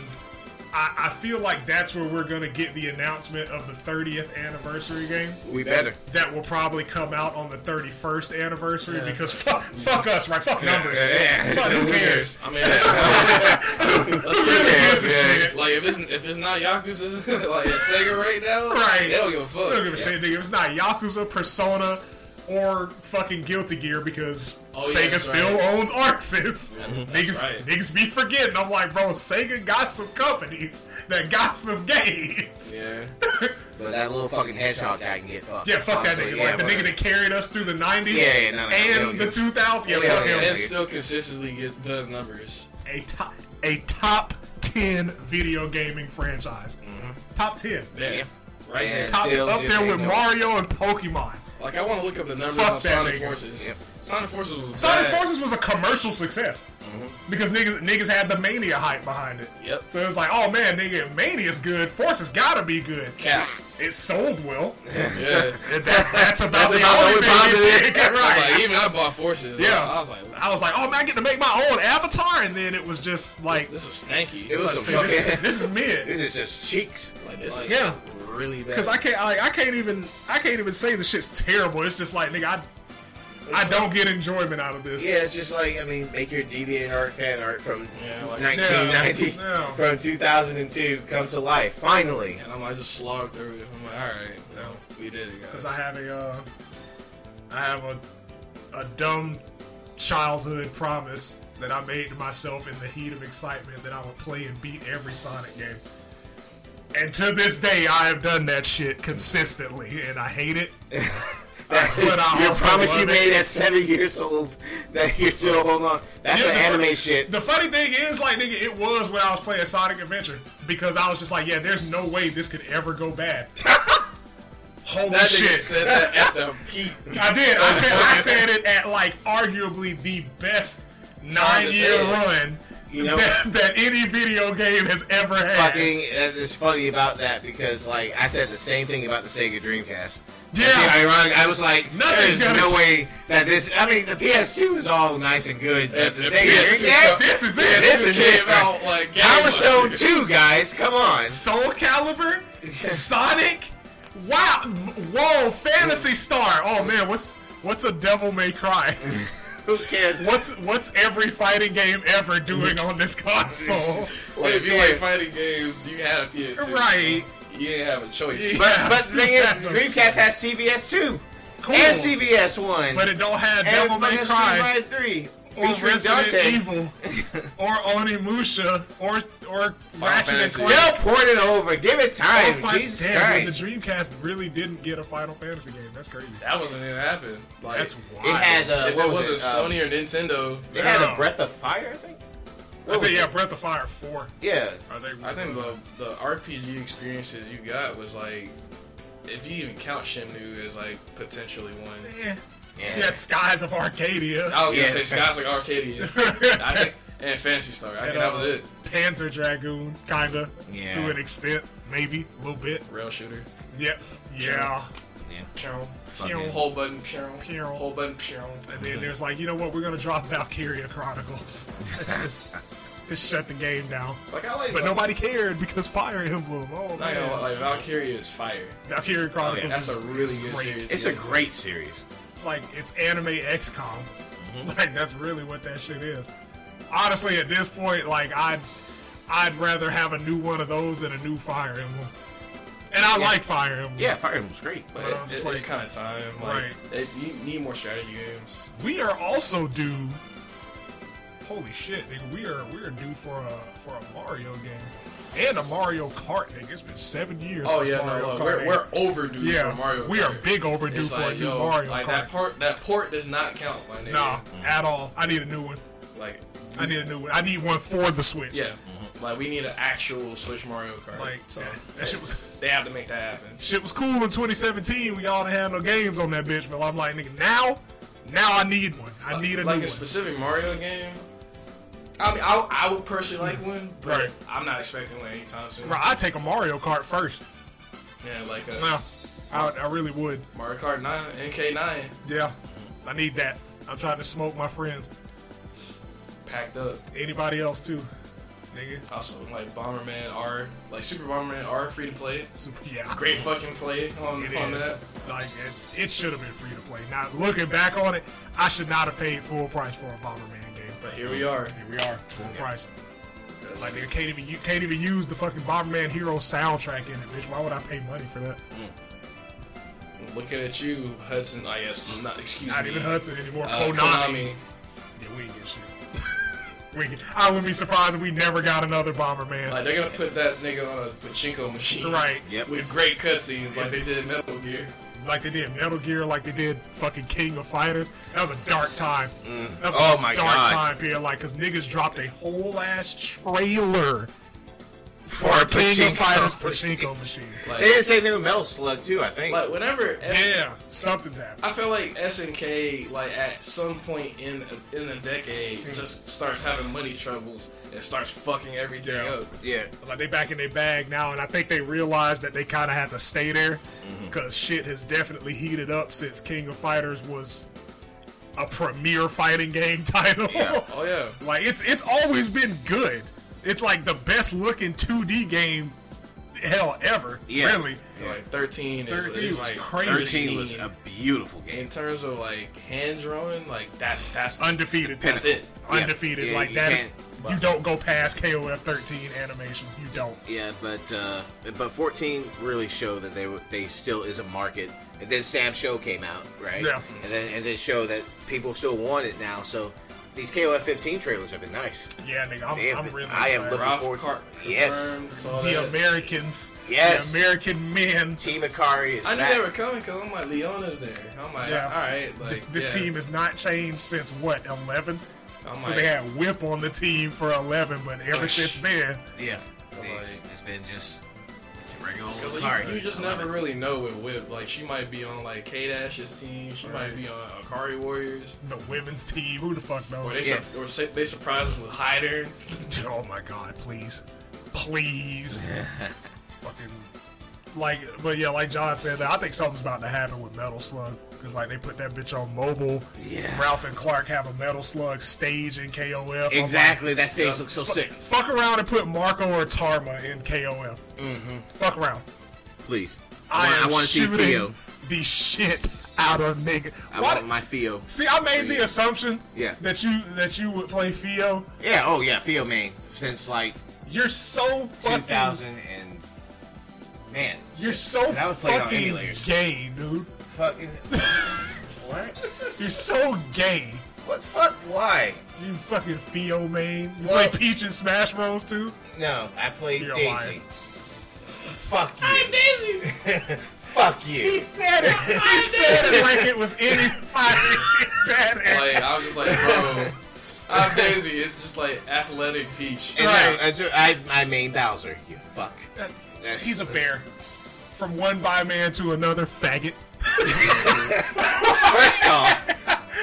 [SPEAKER 1] I, I feel like that's where we're gonna get the announcement of the 30th anniversary game
[SPEAKER 2] We better.
[SPEAKER 1] that will probably come out on the 31st anniversary
[SPEAKER 3] Yeah.
[SPEAKER 1] because fuck, fuck us, right? Fuck numbers.
[SPEAKER 2] yeah, yeah.
[SPEAKER 1] Fuck, who cares?
[SPEAKER 3] I mean, let's
[SPEAKER 1] Who really
[SPEAKER 2] Yeah,
[SPEAKER 1] gives a
[SPEAKER 2] yeah.
[SPEAKER 1] shit?
[SPEAKER 3] Like if it's if it's not Yakuza, like it's Sega right now,
[SPEAKER 1] Right.
[SPEAKER 3] They don't give a fuck.
[SPEAKER 1] We don't give a shit, nigga. If it's not Yakuza, Persona, or fucking Guilty Gear because
[SPEAKER 3] Oh, yeah,
[SPEAKER 1] Sega
[SPEAKER 3] that's
[SPEAKER 1] still owns Arxis. niggas,
[SPEAKER 3] right.
[SPEAKER 1] niggas be forgetting. I'm like, bro, Sega got some companies that got some games.
[SPEAKER 3] Yeah.
[SPEAKER 2] But that little fucking hedgehog guy can get fucked.
[SPEAKER 1] Yeah, fuck that nigga.
[SPEAKER 2] Honestly,
[SPEAKER 1] like the
[SPEAKER 2] yeah,
[SPEAKER 1] nigga that carried us through the '90s
[SPEAKER 2] Yeah, yeah, no, no, no,
[SPEAKER 1] and
[SPEAKER 2] no.
[SPEAKER 1] the 2000s. Yeah,
[SPEAKER 2] Yeah,
[SPEAKER 1] fuck
[SPEAKER 2] yeah,
[SPEAKER 1] him.
[SPEAKER 2] yeah.
[SPEAKER 3] and still consistently get does numbers.
[SPEAKER 1] A top, a top ten video gaming franchise. Top ten.
[SPEAKER 3] Yeah.
[SPEAKER 2] Yeah.
[SPEAKER 3] Right
[SPEAKER 2] Yeah.
[SPEAKER 3] there.
[SPEAKER 1] Top
[SPEAKER 2] Mm-hmm. Still
[SPEAKER 1] up there
[SPEAKER 2] Disney,
[SPEAKER 1] with
[SPEAKER 2] no.
[SPEAKER 1] Mario and Pokemon.
[SPEAKER 3] Like I want to look up the numbers
[SPEAKER 1] Fuck
[SPEAKER 3] on
[SPEAKER 1] that
[SPEAKER 3] Sonic
[SPEAKER 1] nigga.
[SPEAKER 3] Forces.
[SPEAKER 2] Yep.
[SPEAKER 3] Sonic Forces was
[SPEAKER 1] Sonic
[SPEAKER 3] bad.
[SPEAKER 1] Forces was a commercial success
[SPEAKER 2] Mm-hmm.
[SPEAKER 1] because niggas niggas had the Mania hype behind it.
[SPEAKER 3] Yep.
[SPEAKER 1] So it's like, oh man, nigga, Mania's good. Forces gotta be good.
[SPEAKER 3] Cap.
[SPEAKER 1] It sold well.
[SPEAKER 3] Yeah.
[SPEAKER 1] And That's that's about
[SPEAKER 2] That's
[SPEAKER 1] the
[SPEAKER 2] about the
[SPEAKER 1] only
[SPEAKER 2] only
[SPEAKER 1] thing
[SPEAKER 2] positive.
[SPEAKER 1] it did. right.
[SPEAKER 3] Like even I bought Forces.
[SPEAKER 1] Yeah.
[SPEAKER 3] I was like,
[SPEAKER 1] I was like, oh man, I get to make my own avatar, and then it was just like,
[SPEAKER 3] this was stanky.
[SPEAKER 2] It was
[SPEAKER 1] let's
[SPEAKER 2] a
[SPEAKER 1] see, this,
[SPEAKER 2] fucking-
[SPEAKER 1] this is mid.
[SPEAKER 2] This is just cheeks.
[SPEAKER 3] like this is
[SPEAKER 1] Yeah.
[SPEAKER 3] really bad.
[SPEAKER 1] Cause I can't, like, I can't even, I can't even say the shit's terrible. It's just like, nigga, I, I don't get enjoyment out of this.
[SPEAKER 2] Yeah, it's just like I mean, make your deviant art fan art from
[SPEAKER 3] Yeah, like-
[SPEAKER 2] 1990,
[SPEAKER 1] Yeah, yeah.
[SPEAKER 2] from 2002, come to life finally.
[SPEAKER 3] and I'm like just slogged through it. I'm like, all right, no, we did it, guys.
[SPEAKER 1] Cause I have a, uh, I have a, a dumb childhood promise that I made to myself in the heat of excitement that I would play and beat every Sonic game. And to this day, I have done that shit consistently, and I hate it. but I
[SPEAKER 2] your
[SPEAKER 1] also
[SPEAKER 2] promise
[SPEAKER 1] love
[SPEAKER 2] you
[SPEAKER 1] it.
[SPEAKER 2] made at seven years old that you're still holding on. That's
[SPEAKER 1] Yeah,
[SPEAKER 2] the
[SPEAKER 1] the
[SPEAKER 2] anime
[SPEAKER 1] funny-
[SPEAKER 2] shit.
[SPEAKER 1] The funny thing is, like, nigga, it was when I was playing Sonic Adventure because I was just like, yeah, there's no way this could ever go bad. Holy
[SPEAKER 3] that nigga
[SPEAKER 1] shit.
[SPEAKER 3] said that at the peak.
[SPEAKER 1] I did. I said I said it at like arguably the best nine year
[SPEAKER 3] say it.
[SPEAKER 1] run
[SPEAKER 2] You know?
[SPEAKER 1] that, that any video game has ever had.
[SPEAKER 2] Fucking, uh, it's funny about that because like I said the same thing about the Sega Dreamcast.
[SPEAKER 1] Yeah.
[SPEAKER 2] It's ironic. I was like,
[SPEAKER 1] Nothing's
[SPEAKER 2] there's
[SPEAKER 1] gonna-
[SPEAKER 2] no way that this. I mean, the PS2 is all nice and good, but
[SPEAKER 3] And
[SPEAKER 2] the
[SPEAKER 1] Uh,
[SPEAKER 3] the
[SPEAKER 2] Sega
[SPEAKER 3] PS2
[SPEAKER 2] Dreamcast.
[SPEAKER 1] this is it.
[SPEAKER 2] This
[SPEAKER 3] It
[SPEAKER 2] is
[SPEAKER 3] came
[SPEAKER 2] it.
[SPEAKER 3] out like
[SPEAKER 2] Power Stone
[SPEAKER 3] gangbusters.
[SPEAKER 2] 2, guys. Come on.
[SPEAKER 1] Soul Calibur, Sonic. Wow. Whoa. Fantasy Star. Oh man. What's what's a Devil May Cry?
[SPEAKER 2] Who cares?
[SPEAKER 1] What's what's every fighting game ever doing on this console?
[SPEAKER 3] Like if you like fighting games, you had a PS2.
[SPEAKER 1] Right.
[SPEAKER 3] You didn't have a choice.
[SPEAKER 2] But, but the thing is,
[SPEAKER 1] That's what I'm
[SPEAKER 2] Dreamcast has CVS 2
[SPEAKER 1] Cool.
[SPEAKER 2] and CVS 1
[SPEAKER 1] But it don't have
[SPEAKER 2] and
[SPEAKER 1] Devil May
[SPEAKER 2] fucking Street
[SPEAKER 1] Cry
[SPEAKER 2] Fighter 3
[SPEAKER 1] or
[SPEAKER 2] featuring
[SPEAKER 1] Resident
[SPEAKER 2] Dante.
[SPEAKER 1] Evil or Onimusha or or Ratchet and
[SPEAKER 3] Fantasy.
[SPEAKER 1] Clank.
[SPEAKER 2] They'll port it over. Give it
[SPEAKER 1] Oh,
[SPEAKER 2] time.
[SPEAKER 1] fi-
[SPEAKER 2] Jesus
[SPEAKER 1] damn, when the
[SPEAKER 2] Christ.
[SPEAKER 1] Dreamcast really didn't get a Final Fantasy game. That's crazy.
[SPEAKER 3] That wasn't gonna happen. Like
[SPEAKER 1] That's
[SPEAKER 2] It
[SPEAKER 1] wild.
[SPEAKER 2] had uh,
[SPEAKER 3] if
[SPEAKER 2] what
[SPEAKER 3] it wasn't
[SPEAKER 2] was it? Um,
[SPEAKER 3] Sony or Nintendo,
[SPEAKER 2] it had
[SPEAKER 1] Yeah.
[SPEAKER 2] a Breath of Fire, I think.
[SPEAKER 1] I
[SPEAKER 2] What was
[SPEAKER 1] think, yeah,
[SPEAKER 2] it?
[SPEAKER 1] Breath of Fire 4.
[SPEAKER 2] yeah.
[SPEAKER 1] I think,
[SPEAKER 3] I
[SPEAKER 1] was,
[SPEAKER 3] think
[SPEAKER 1] uh,
[SPEAKER 3] the the RPG experiences you got was like, if you even count Shenmue as like potentially one.
[SPEAKER 1] eh.
[SPEAKER 2] Yeah.
[SPEAKER 1] You had Skies of Arcadia.
[SPEAKER 3] I was
[SPEAKER 2] Yeah,
[SPEAKER 3] gonna say
[SPEAKER 2] it's-
[SPEAKER 3] Sky's like Arcadia. I think and Fantasy Star. I
[SPEAKER 1] And,
[SPEAKER 3] think that
[SPEAKER 1] uh,
[SPEAKER 3] was it.
[SPEAKER 1] Panzer Dragoon, kinda.
[SPEAKER 2] Yeah.
[SPEAKER 1] To an extent, maybe. A little bit.
[SPEAKER 3] Rail shooter.
[SPEAKER 1] Yep. Yeah.
[SPEAKER 2] Yeah.
[SPEAKER 1] Pew.
[SPEAKER 2] it.
[SPEAKER 3] Whole button.
[SPEAKER 1] Pew.
[SPEAKER 3] Whole button. pew.
[SPEAKER 1] And then there's like, you know what? We're gonna drop Valkyria Chronicles. just, just shut the game down.
[SPEAKER 3] Like I like.
[SPEAKER 1] But nobody cared because Fire Emblem. Oh
[SPEAKER 3] I know,
[SPEAKER 1] man,
[SPEAKER 3] like Valkyria is fire.
[SPEAKER 1] Valkyria Chronicles.
[SPEAKER 2] yeah,
[SPEAKER 3] That's
[SPEAKER 1] is,
[SPEAKER 3] a really
[SPEAKER 1] is
[SPEAKER 3] good
[SPEAKER 1] great.
[SPEAKER 3] series.
[SPEAKER 2] It's a great series.
[SPEAKER 1] It's like it's anime XCOM.
[SPEAKER 3] Mm-hmm.
[SPEAKER 1] Like that's really what that shit is. Honestly, at this point, like I'd I'd rather have a new one of those than a new Fire Emblem. And I like Fire Emblem.
[SPEAKER 2] Yeah, Fire Emblem's great.
[SPEAKER 3] But
[SPEAKER 1] But
[SPEAKER 3] it,
[SPEAKER 1] I'm just
[SPEAKER 3] it- it's
[SPEAKER 1] like-
[SPEAKER 3] kind of time. Like,
[SPEAKER 1] Right.
[SPEAKER 3] it- you need more strategy games.
[SPEAKER 1] We are also due. Holy shit, nigga! We are we are due for a for a Mario game and a Mario Kart. Nigga, it's been seven years.
[SPEAKER 3] Oh
[SPEAKER 1] since
[SPEAKER 3] yeah,
[SPEAKER 1] Mario
[SPEAKER 3] no, look,
[SPEAKER 1] Kart
[SPEAKER 3] we're,
[SPEAKER 1] eight.
[SPEAKER 3] we're overdue
[SPEAKER 1] yeah,
[SPEAKER 3] for Mario.
[SPEAKER 1] we are
[SPEAKER 3] Kart.
[SPEAKER 1] big overdue
[SPEAKER 3] It's
[SPEAKER 1] for
[SPEAKER 3] like,
[SPEAKER 1] a new
[SPEAKER 3] yo,
[SPEAKER 1] Mario
[SPEAKER 3] like
[SPEAKER 1] Kart.
[SPEAKER 3] that port. That port does not count, my nigga.
[SPEAKER 1] nah, at all. I need a new one.
[SPEAKER 3] Like,
[SPEAKER 1] I need a new one. I need one for the Switch.
[SPEAKER 3] yeah, like we need an actual Switch Mario Kart.
[SPEAKER 1] Like
[SPEAKER 3] so
[SPEAKER 1] yeah, that shit was
[SPEAKER 3] they have to make that happen.
[SPEAKER 1] shit was cool in 2017. We all didn't have no games on that bitch, but I'm like, nigga, now, now I need one. I need a
[SPEAKER 3] like
[SPEAKER 1] new
[SPEAKER 3] a
[SPEAKER 1] one.
[SPEAKER 3] specific Mario game. I mean, I, I would personally like one, but
[SPEAKER 1] Right.
[SPEAKER 3] I'm not expecting one anytime soon.
[SPEAKER 1] Bro, I take a Mario Kart first.
[SPEAKER 3] Yeah, like a
[SPEAKER 1] No, I, I really would.
[SPEAKER 3] Mario Kart 9, NK9,
[SPEAKER 1] Yeah, I need that. I'm trying to smoke my friends.
[SPEAKER 3] packed up.
[SPEAKER 1] Anybody else too, nigga?
[SPEAKER 3] Also, like Bomberman R, like Super Bomberman R, free to play.
[SPEAKER 1] Super, yeah,
[SPEAKER 3] Great fucking play on,
[SPEAKER 1] It
[SPEAKER 3] on
[SPEAKER 1] is.
[SPEAKER 3] that.
[SPEAKER 1] Like it, it should have been free to play. Now looking back on it, I should not have paid full price for a Bomberman game.
[SPEAKER 3] But here we are.
[SPEAKER 1] Here we are, full price. Like nigga can't even you can't even use the fucking Bomberman Hero soundtrack in it, bitch. Why would I pay money for that?
[SPEAKER 3] Looking at you, Hudson. I guess not. Excuse
[SPEAKER 1] Not
[SPEAKER 3] me.
[SPEAKER 1] even Hudson anymore.
[SPEAKER 3] Uh,
[SPEAKER 1] Konami.
[SPEAKER 3] Konami.
[SPEAKER 1] Yeah, we ain't get shit. we ain't get, I wouldn't be surprised if we never got another Bomberman.
[SPEAKER 3] Like they're gonna put that nigga on a pachinko machine,
[SPEAKER 1] right.
[SPEAKER 2] Yep.
[SPEAKER 3] With great cutscenes, like they did in Metal Gear.
[SPEAKER 1] Like they did Metal Gear, like they did fucking King of Fighters. That was a dark time. That was
[SPEAKER 2] Oh
[SPEAKER 1] a
[SPEAKER 2] my
[SPEAKER 1] dark
[SPEAKER 2] God.
[SPEAKER 1] time period. Like, cause niggas dropped a whole ass trailer for a King of Fighters pachinko machine.
[SPEAKER 2] They
[SPEAKER 3] Like,
[SPEAKER 2] didn't say they were Metal Slug too. I think.
[SPEAKER 3] like whenever S-
[SPEAKER 1] Yeah, something's happening.
[SPEAKER 3] I feel like SNK, like at some point in in a decade,
[SPEAKER 1] Hmm.
[SPEAKER 3] just starts having money troubles and starts fucking everything
[SPEAKER 1] Yeah.
[SPEAKER 3] up.
[SPEAKER 2] yeah.
[SPEAKER 1] Like they back in their bag now, and I think they realized that they kind of had to stay there
[SPEAKER 2] Mm-hmm.
[SPEAKER 1] because shit has definitely heated up since King of Fighters was a premier fighting game title.
[SPEAKER 2] Yeah.
[SPEAKER 3] Oh yeah,
[SPEAKER 1] Like it's it's always been good. It's like the best looking 2D game hell ever.
[SPEAKER 2] Yeah.
[SPEAKER 1] Really.
[SPEAKER 2] Yeah.
[SPEAKER 3] like thirteen. Is,
[SPEAKER 1] 13
[SPEAKER 3] is
[SPEAKER 1] was
[SPEAKER 3] like
[SPEAKER 1] crazy.
[SPEAKER 2] 13 was
[SPEAKER 3] 16.
[SPEAKER 2] a beautiful game.
[SPEAKER 3] in terms of like hand drawing, like that. That's
[SPEAKER 1] Undefeated.
[SPEAKER 3] That's it.
[SPEAKER 2] Yeah.
[SPEAKER 1] Undefeated.
[SPEAKER 2] Yeah,
[SPEAKER 1] like
[SPEAKER 2] you
[SPEAKER 1] that is
[SPEAKER 2] can't-
[SPEAKER 1] you don't go past KOF 13 animation. You don't.
[SPEAKER 2] Yeah, but uh, but 14 really showed that they were, they still is a market. And then Sam Show came out, right?
[SPEAKER 1] Yeah.
[SPEAKER 2] And then and then show that people still want it now. So these KOF 15 trailers have been nice.
[SPEAKER 1] Yeah, nigga,
[SPEAKER 2] They
[SPEAKER 1] I'm,
[SPEAKER 2] have
[SPEAKER 1] I'm
[SPEAKER 2] been-
[SPEAKER 1] really
[SPEAKER 2] I am
[SPEAKER 1] excited.
[SPEAKER 2] looking-
[SPEAKER 3] Ralph
[SPEAKER 2] Before-
[SPEAKER 3] Cart
[SPEAKER 2] Yes.
[SPEAKER 3] confirmed. saw
[SPEAKER 1] the
[SPEAKER 3] that.
[SPEAKER 1] Americans,
[SPEAKER 2] Yes.
[SPEAKER 1] the American men.
[SPEAKER 2] Team Akari is
[SPEAKER 3] I knew
[SPEAKER 2] back.
[SPEAKER 3] they were coming because I'm like Leona's there. I'm like,
[SPEAKER 1] Yeah.
[SPEAKER 3] all right, like
[SPEAKER 1] This
[SPEAKER 3] yeah.
[SPEAKER 1] team has not changed since what 11?
[SPEAKER 3] I'm like,
[SPEAKER 1] Because they had Whip on the team for 11, but ever
[SPEAKER 3] Ugh.
[SPEAKER 1] since then,
[SPEAKER 2] Yeah.
[SPEAKER 3] was
[SPEAKER 2] It's-
[SPEAKER 3] like-
[SPEAKER 2] it's been just regular old
[SPEAKER 3] 'Cause
[SPEAKER 2] Akari.
[SPEAKER 3] you, you just
[SPEAKER 2] I love
[SPEAKER 3] never
[SPEAKER 2] it.
[SPEAKER 3] really know with Whip. Like she might be on like K Dash's team. She might be on Akari Warriors.
[SPEAKER 1] the women's team. Who the fuck
[SPEAKER 3] Or
[SPEAKER 1] knows?
[SPEAKER 3] they
[SPEAKER 2] Yeah.
[SPEAKER 3] su- or su- they surprise us with Hyder.
[SPEAKER 1] Oh my god, please. Please. Fucking. Like, but yeah, like John said, I think something's about to happen with Metal Slug. Because, like, they put that bitch on mobile.
[SPEAKER 2] Yeah.
[SPEAKER 1] Ralph and Clark have a Metal Slug stage in KOF. I'm like,
[SPEAKER 2] Exactly. That stage looks so sick.
[SPEAKER 1] fuck around and put Marco or Tarma in KOF. Mm-hmm. Fuck around.
[SPEAKER 2] Please.
[SPEAKER 1] I,
[SPEAKER 2] I
[SPEAKER 1] am
[SPEAKER 2] want to see
[SPEAKER 1] shooting
[SPEAKER 2] Theo.
[SPEAKER 1] the shit out of nigga.
[SPEAKER 2] I
[SPEAKER 1] Why-
[SPEAKER 2] want my Theo.
[SPEAKER 1] See, I made the
[SPEAKER 2] Theo.
[SPEAKER 1] assumption
[SPEAKER 2] Yeah.
[SPEAKER 1] that you that you would play Theo.
[SPEAKER 2] Yeah. Oh yeah. Theo main since like
[SPEAKER 1] You're so fucking
[SPEAKER 2] 2000 and man.
[SPEAKER 1] You're so
[SPEAKER 2] That was played on
[SPEAKER 1] fucking
[SPEAKER 2] emulators.
[SPEAKER 1] gay, dude.
[SPEAKER 2] Fucking what?
[SPEAKER 1] You're so gay.
[SPEAKER 2] What fuck? Why?
[SPEAKER 1] You fucking Theo main. You
[SPEAKER 2] Well-
[SPEAKER 1] play Peach in Smash Bros too?
[SPEAKER 2] No, I played
[SPEAKER 1] You're
[SPEAKER 2] Daisy.
[SPEAKER 1] lying.
[SPEAKER 2] Fuck you.
[SPEAKER 3] Daisy.
[SPEAKER 2] fuck you.
[SPEAKER 1] said it. he said it like it was any badass.
[SPEAKER 3] Like I was just like, bro, I'm Daisy. It's just like athletic peach.
[SPEAKER 2] And
[SPEAKER 1] Right. Uh,
[SPEAKER 2] now, I ju- I, I main Bowser. You fuck. That's-
[SPEAKER 1] He's a bear. From one by man to another faggot.
[SPEAKER 2] first off.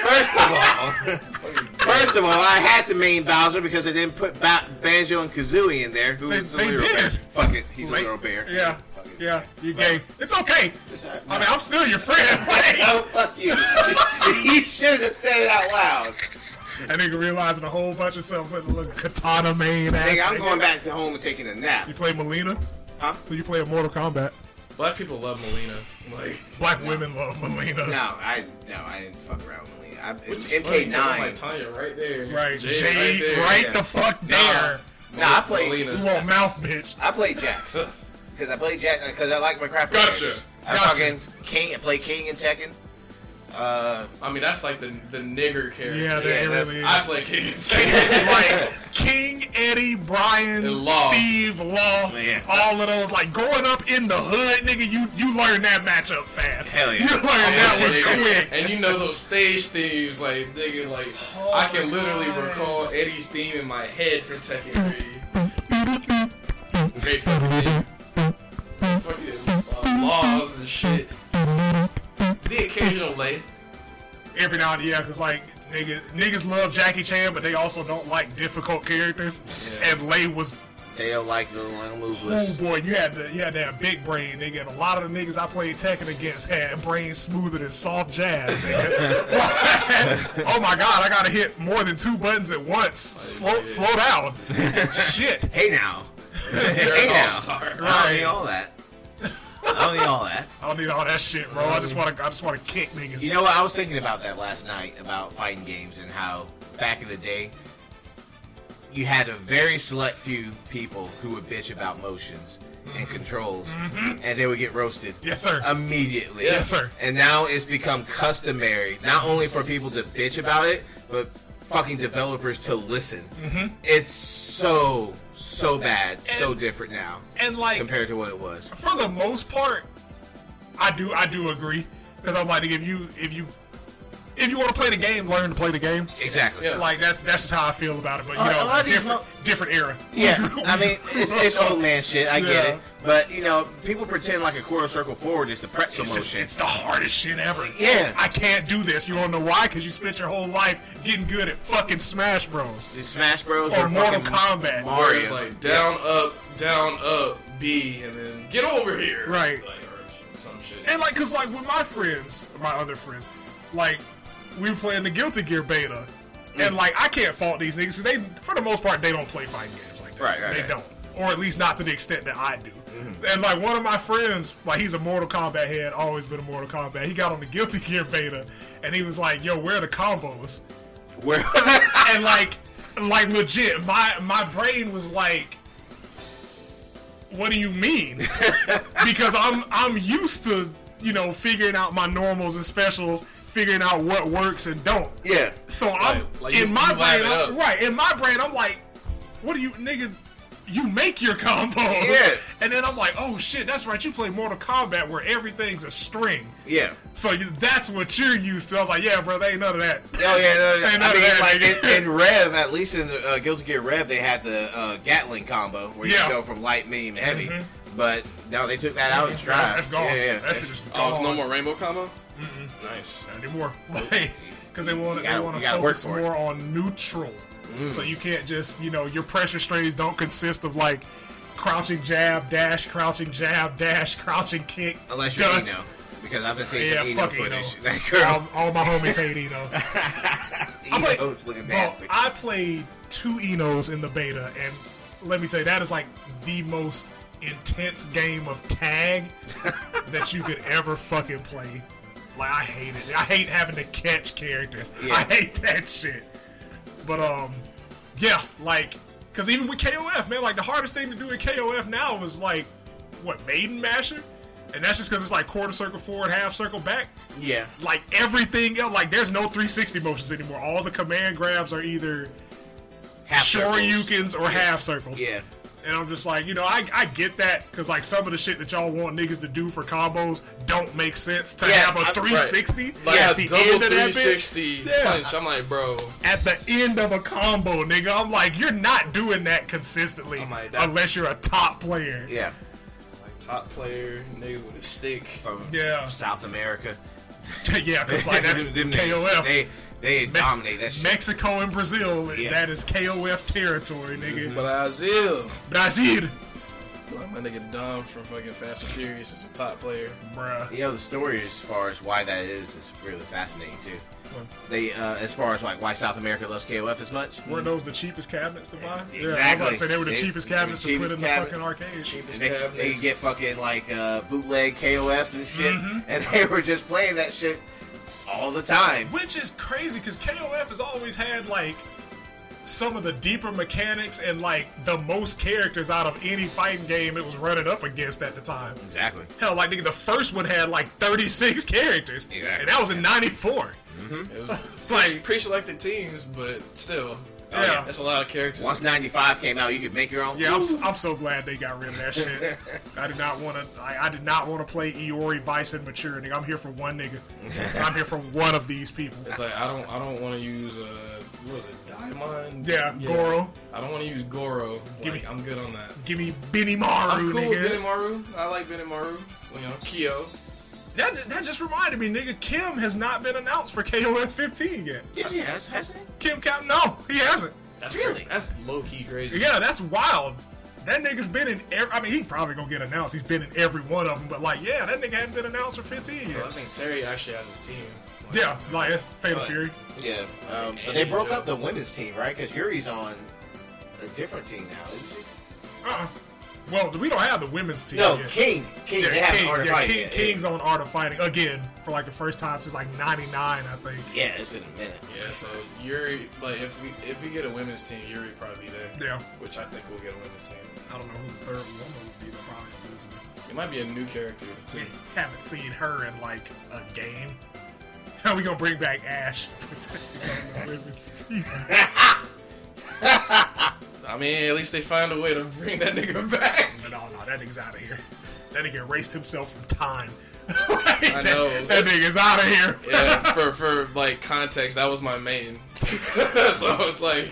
[SPEAKER 2] First of all, first of all, I had to main Bowser because they didn't put ba- Banjo and Kazooie in there. Who
[SPEAKER 1] They-
[SPEAKER 2] was a
[SPEAKER 1] they
[SPEAKER 2] little
[SPEAKER 1] did.
[SPEAKER 2] bear? Fuck it, he's
[SPEAKER 1] Like-
[SPEAKER 2] a little bear.
[SPEAKER 1] Yeah.
[SPEAKER 2] Fuck it.
[SPEAKER 1] Yeah. You gay. It's okay.
[SPEAKER 2] It's-
[SPEAKER 1] I mean, I'm still your friend. Like,
[SPEAKER 2] Oh fuck you! you should have said it out loud.
[SPEAKER 1] that nigga realizing a whole bunch of stuff with a little katana main ass.
[SPEAKER 2] Nigga, I'm
[SPEAKER 1] nigga.
[SPEAKER 2] going back to home and taking a nap.
[SPEAKER 1] You play Melina?
[SPEAKER 2] Huh?
[SPEAKER 1] Who you play in Mortal Kombat?
[SPEAKER 3] Black people love Melina. Like
[SPEAKER 1] Black women love Melina.
[SPEAKER 2] No, I no, I didn't fuck around with Lee. I,
[SPEAKER 3] which is funny, 'cause I'm Like
[SPEAKER 2] MK9.
[SPEAKER 3] Tanya right there.
[SPEAKER 1] Right, Jade, right,
[SPEAKER 3] there.
[SPEAKER 2] yeah.
[SPEAKER 1] the fuck
[SPEAKER 2] Nah,
[SPEAKER 1] there.
[SPEAKER 2] nah, I played.
[SPEAKER 1] You
[SPEAKER 3] Melina.
[SPEAKER 1] want mouth, bitch.
[SPEAKER 2] I played Jax because I played Jax because I like my crap.
[SPEAKER 3] Gotcha.
[SPEAKER 2] I
[SPEAKER 1] Gotcha.
[SPEAKER 2] fucking King. I play King in Tekken. Uh,
[SPEAKER 3] I mean, that's like the the nigger character.
[SPEAKER 1] Yeah, that
[SPEAKER 2] Yeah,
[SPEAKER 1] it
[SPEAKER 2] that's-
[SPEAKER 1] really
[SPEAKER 3] I
[SPEAKER 1] is.
[SPEAKER 3] play King and
[SPEAKER 1] like King Eddie, Brian,
[SPEAKER 3] And Law.
[SPEAKER 1] Steve, Law,
[SPEAKER 2] Yeah.
[SPEAKER 1] all of those. Like growing up in the hood, nigga, you you learn that matchup fast.
[SPEAKER 2] Hell yeah.
[SPEAKER 1] You learn that
[SPEAKER 3] Yeah,
[SPEAKER 1] one
[SPEAKER 3] nigga.
[SPEAKER 1] quick.
[SPEAKER 3] And you know those stage themes, like nigga, like
[SPEAKER 1] Oh
[SPEAKER 3] I can
[SPEAKER 1] my
[SPEAKER 3] literally
[SPEAKER 1] God.
[SPEAKER 3] recall Eddie's theme in my head from Tekken 3. Great fucking theme. Fucking uh, laws and shit. The occasional lay.
[SPEAKER 1] Every now and then, yeah, because like nigga, niggas love Jackie Chan, but they also don't like difficult characters.
[SPEAKER 3] Yeah.
[SPEAKER 1] And Lay was
[SPEAKER 2] they don't like the long
[SPEAKER 1] Oh
[SPEAKER 2] moveless.
[SPEAKER 1] boy, you had the you had that big brain, nigga. And a lot of the niggas I played Tekken against had brains smoother than soft jazz, nigga. oh my god, I gotta hit more than two buttons at once. Slow slow down. Shit.
[SPEAKER 2] Hey now,
[SPEAKER 3] You're
[SPEAKER 2] hey
[SPEAKER 3] an all
[SPEAKER 2] now.
[SPEAKER 3] star.
[SPEAKER 2] I don't need all that. I don't need all that.
[SPEAKER 1] I don't need all that shit, bro. I just wanna I just wanna kick niggas.
[SPEAKER 2] You know what? I was thinking about that last night about fighting games and how back in the day, you had a very select few people who would bitch about motions and controls, and they would get roasted
[SPEAKER 1] Mm-hmm. yes sir.
[SPEAKER 2] immediately.
[SPEAKER 1] Yes, sir.
[SPEAKER 2] And now it's become customary not only for people to bitch about it, but fucking developers to listen.
[SPEAKER 1] Mm-hmm.
[SPEAKER 2] It's so so bad, so different now
[SPEAKER 1] and like
[SPEAKER 2] compared to what it was.
[SPEAKER 1] for the most part, I do I do agree because I'm like if you if you if you want to play the game, learn to play the game.
[SPEAKER 2] Exactly.
[SPEAKER 3] Yeah.
[SPEAKER 1] Like that's that's just how I feel about it. But you
[SPEAKER 2] Uh, a
[SPEAKER 1] know,
[SPEAKER 2] lot of these
[SPEAKER 1] different,
[SPEAKER 2] mo-
[SPEAKER 1] different era.
[SPEAKER 2] Yeah,
[SPEAKER 1] We grew-
[SPEAKER 2] I mean, it's, it's old man shit. I get
[SPEAKER 1] Yeah.
[SPEAKER 2] it, but you know, people pretend like a quarter circle forward is the pretzel
[SPEAKER 1] It's, just,
[SPEAKER 2] motion.
[SPEAKER 1] it's the hardest shit ever.
[SPEAKER 2] Yeah.
[SPEAKER 1] I can't do this. You want to know why? Because you spent your whole life getting good at fucking Smash Bros.
[SPEAKER 2] The Smash Bros.
[SPEAKER 1] Or
[SPEAKER 2] are
[SPEAKER 1] Mortal
[SPEAKER 2] fucking
[SPEAKER 1] Kombat.
[SPEAKER 3] Where
[SPEAKER 2] Mario.
[SPEAKER 3] it's like down, up, down, up, B, and then get over here.
[SPEAKER 1] Right.
[SPEAKER 3] Like, or some shit.
[SPEAKER 1] And like, cause like with my friends, my other friends, like we were playing the Guilty Gear beta,
[SPEAKER 2] Mm.
[SPEAKER 1] and like I can't fault these niggas. 'cause They, for the most part, they don't play fighting games like that.
[SPEAKER 2] Right, right,
[SPEAKER 1] They
[SPEAKER 2] right. Mm-hmm.
[SPEAKER 1] don't, or at least not to the extent that I do. And like one of my friends, like he's a Mortal Kombat head, always been a Mortal Kombat. He got on the Guilty Gear beta, and he was like, "Yo, where are the combos?"
[SPEAKER 2] Where?
[SPEAKER 1] and like like legit my my brain was like what do you mean because i'm i'm used to you know figuring out my normals and specials figuring out what works and don't
[SPEAKER 2] yeah.
[SPEAKER 1] so i'm
[SPEAKER 3] Right, like
[SPEAKER 1] in
[SPEAKER 3] you-
[SPEAKER 1] my
[SPEAKER 3] you lab
[SPEAKER 1] brain
[SPEAKER 3] it
[SPEAKER 1] I'm,
[SPEAKER 3] up.
[SPEAKER 1] right in my brain i'm like what do you nigga you make your combos
[SPEAKER 2] Yeah.
[SPEAKER 1] and then i'm like oh shit that's right you play mortal kombat where everything's a string
[SPEAKER 2] Yeah.
[SPEAKER 1] so you, that's what you're used to i was like yeah bro there ain't none of that
[SPEAKER 2] Oh yeah, no, no,
[SPEAKER 1] Ain't none
[SPEAKER 2] I
[SPEAKER 1] of
[SPEAKER 2] mean,
[SPEAKER 1] that,
[SPEAKER 2] like
[SPEAKER 1] nigga.
[SPEAKER 2] in, in Rev, at least in the uh, Guilty Gear Rev, they had the uh, Gatling combo where you
[SPEAKER 1] Yeah. Mm-hmm.
[SPEAKER 2] go from light, medium, to heavy. But no, they took that out and tried.
[SPEAKER 1] That's gone.
[SPEAKER 2] Yeah, yeah.
[SPEAKER 1] That shit is gone.
[SPEAKER 3] Oh, it's no more rainbow combo. Nice.
[SPEAKER 1] anymore. Because they want to
[SPEAKER 2] You
[SPEAKER 1] they
[SPEAKER 2] gotta-
[SPEAKER 1] want
[SPEAKER 2] you
[SPEAKER 1] to
[SPEAKER 2] gotta work
[SPEAKER 1] focus
[SPEAKER 2] for it. Mm.
[SPEAKER 1] more on neutral. So you can't just you know your pressure strains don't consist of like crouching jab dash crouching jab dash crouching kick.
[SPEAKER 2] Unless you're
[SPEAKER 1] dust.
[SPEAKER 2] Eno, because I've been seeing
[SPEAKER 1] Yeah,
[SPEAKER 2] some Eno
[SPEAKER 1] fuck Eno.
[SPEAKER 2] footage. That girl,
[SPEAKER 1] All, all my homies hate Eno. I
[SPEAKER 2] Eno's
[SPEAKER 1] played,
[SPEAKER 2] looking
[SPEAKER 1] bro,
[SPEAKER 2] nasty.
[SPEAKER 1] I played two Enos in the beta, and let me tell you, that is like the most intense game of tag that you could ever fucking play. Like I hate it. I hate having to catch characters.
[SPEAKER 2] Yeah.
[SPEAKER 1] I hate that shit. But um, yeah, like, cause even with KOF, man, like the hardest thing to do in KOF now is like, what maiden masher, and that's just cause it's like quarter circle forward, half circle back
[SPEAKER 2] yeah.
[SPEAKER 1] like everything else, like there's no 360 motions anymore. All the command grabs are either
[SPEAKER 2] Half circles.
[SPEAKER 1] shoryukens or half circles.
[SPEAKER 2] Yeah.
[SPEAKER 1] And I'm just like, you know, I, I get that because like some of the shit that y'all want niggas to do for combos don't make sense to
[SPEAKER 2] Yeah,
[SPEAKER 1] have
[SPEAKER 2] I'm-
[SPEAKER 1] a
[SPEAKER 2] right.
[SPEAKER 1] 360
[SPEAKER 3] Like
[SPEAKER 1] at
[SPEAKER 3] a
[SPEAKER 1] the
[SPEAKER 3] double
[SPEAKER 1] end of that bitch.
[SPEAKER 3] 360
[SPEAKER 1] Yeah.
[SPEAKER 3] punch. I'm like, bro.
[SPEAKER 1] At the end of a combo, nigga, I'm like, you're not doing that consistently
[SPEAKER 3] I'm like, that-
[SPEAKER 1] unless you're a top player.
[SPEAKER 2] Oh Yeah.
[SPEAKER 3] Like top player, nigga with a stick.
[SPEAKER 2] From
[SPEAKER 1] Yeah.
[SPEAKER 2] South America.
[SPEAKER 1] yeah, because like that's
[SPEAKER 2] Them niggas,
[SPEAKER 1] KOF.
[SPEAKER 2] They they
[SPEAKER 1] Me-
[SPEAKER 2] dominate that shit.
[SPEAKER 1] Mexico and Brazil,
[SPEAKER 2] Yeah.
[SPEAKER 1] that is KOF territory, nigga.
[SPEAKER 3] Brazil.
[SPEAKER 2] Mm-hmm.
[SPEAKER 1] Brazil.
[SPEAKER 3] Like my nigga Dom from fucking Fast and Furious is a top player.
[SPEAKER 1] Bruh.
[SPEAKER 2] You know, the story as far as why that is is really fascinating too. They uh, as far as like why South America loves KOF as much.
[SPEAKER 1] Weren't those the cheapest cabinets to buy?
[SPEAKER 2] Yeah,
[SPEAKER 1] Yeah, I was about to
[SPEAKER 2] exactly.
[SPEAKER 1] say they were the
[SPEAKER 2] They-
[SPEAKER 1] cheapest
[SPEAKER 2] they were
[SPEAKER 1] cabinets to put
[SPEAKER 2] cheapest
[SPEAKER 1] in the
[SPEAKER 2] cabinet.
[SPEAKER 1] fucking arcade.
[SPEAKER 3] Cheapest
[SPEAKER 2] They, they
[SPEAKER 3] cabinets.
[SPEAKER 2] could get fucking like uh, bootleg KOFs and shit,
[SPEAKER 1] Mm-hmm.
[SPEAKER 2] and they were just playing that shit all the time.
[SPEAKER 1] Which is crazy because KOF has always had like some of the deeper mechanics and like the most characters out of any fighting game it was running up against at the time.
[SPEAKER 2] Exactly.
[SPEAKER 1] Hell, like nigga, the first one had like 36 characters,
[SPEAKER 2] Exactly.
[SPEAKER 1] and that was in '94.
[SPEAKER 3] It was
[SPEAKER 1] Like-
[SPEAKER 3] pre-selected teams, but still,
[SPEAKER 1] yeah.
[SPEAKER 3] that's a lot of characters.
[SPEAKER 2] Once '95 came out, you could make your own.
[SPEAKER 1] Yeah, I'm, s- I'm so glad they got rid of that shit. I did not want to. I, I did not want to play Iori, Vice, and Mature. Nigga, I'm here for one nigga. I'm here for one of these people.
[SPEAKER 3] It's like I don't, I don't want to use uh, what was it, Diamond?
[SPEAKER 1] Yeah, Goro.
[SPEAKER 3] I don't want to use Goro.
[SPEAKER 1] Give
[SPEAKER 3] Give
[SPEAKER 1] me-
[SPEAKER 3] me, I'm good on that.
[SPEAKER 1] Give me Benny Maru,
[SPEAKER 3] I'm cool with
[SPEAKER 1] nigga.
[SPEAKER 3] Benimaru. I like Benimaru. You know, Kyo.
[SPEAKER 1] That, ju- that just reminded me, nigga. Kim has not been announced for KOF 15 yet.
[SPEAKER 2] Yeah, yeah, that's, that's it.
[SPEAKER 1] Kim Cap? No, he hasn't.
[SPEAKER 3] That's
[SPEAKER 2] Really?
[SPEAKER 3] cra- That's low key crazy.
[SPEAKER 1] Yeah, that's wild. That nigga's been in. Every, I mean, he probably gonna get announced. He's been in every one of them. But like, yeah, that nigga hadn't been announced for 15
[SPEAKER 3] Well, I
[SPEAKER 1] yet.
[SPEAKER 3] think Terry actually has his team. Like,
[SPEAKER 1] Yeah, like it's Fatal Fury.
[SPEAKER 2] Yeah, um, but they broke up the women's team, right? Because Yuri's on a different team now, isn't she?
[SPEAKER 1] Uh-uh. Well, we don't have the women's team.
[SPEAKER 2] No,
[SPEAKER 1] yet.
[SPEAKER 2] King. King.
[SPEAKER 1] Yeah,
[SPEAKER 2] they haven't
[SPEAKER 1] King,
[SPEAKER 2] already
[SPEAKER 1] yeah,
[SPEAKER 2] fight
[SPEAKER 1] King,
[SPEAKER 2] yet.
[SPEAKER 1] King's on Art of Fighting again for like the first time since like '99, I think.
[SPEAKER 2] Yeah, it's been a minute.
[SPEAKER 3] Yeah, so Yuri, like if we if we get a women's team, Yuri probably be there.
[SPEAKER 1] Yeah.
[SPEAKER 3] Which I think we'll get a women's team.
[SPEAKER 1] I don't know who the third woman would be. Though, probably Elizabeth.
[SPEAKER 3] It might be a new character too.
[SPEAKER 1] We haven't seen her in like a game. How we gonna bring back Ash?
[SPEAKER 3] I mean, at least they find a way to bring that nigga back.
[SPEAKER 1] no, no, that nigga's out of here. That nigga erased himself from time. Like,
[SPEAKER 3] I
[SPEAKER 1] that-
[SPEAKER 3] know.
[SPEAKER 1] That, nigga's out of here.
[SPEAKER 3] Yeah, for for like context, that was my main. so I was like,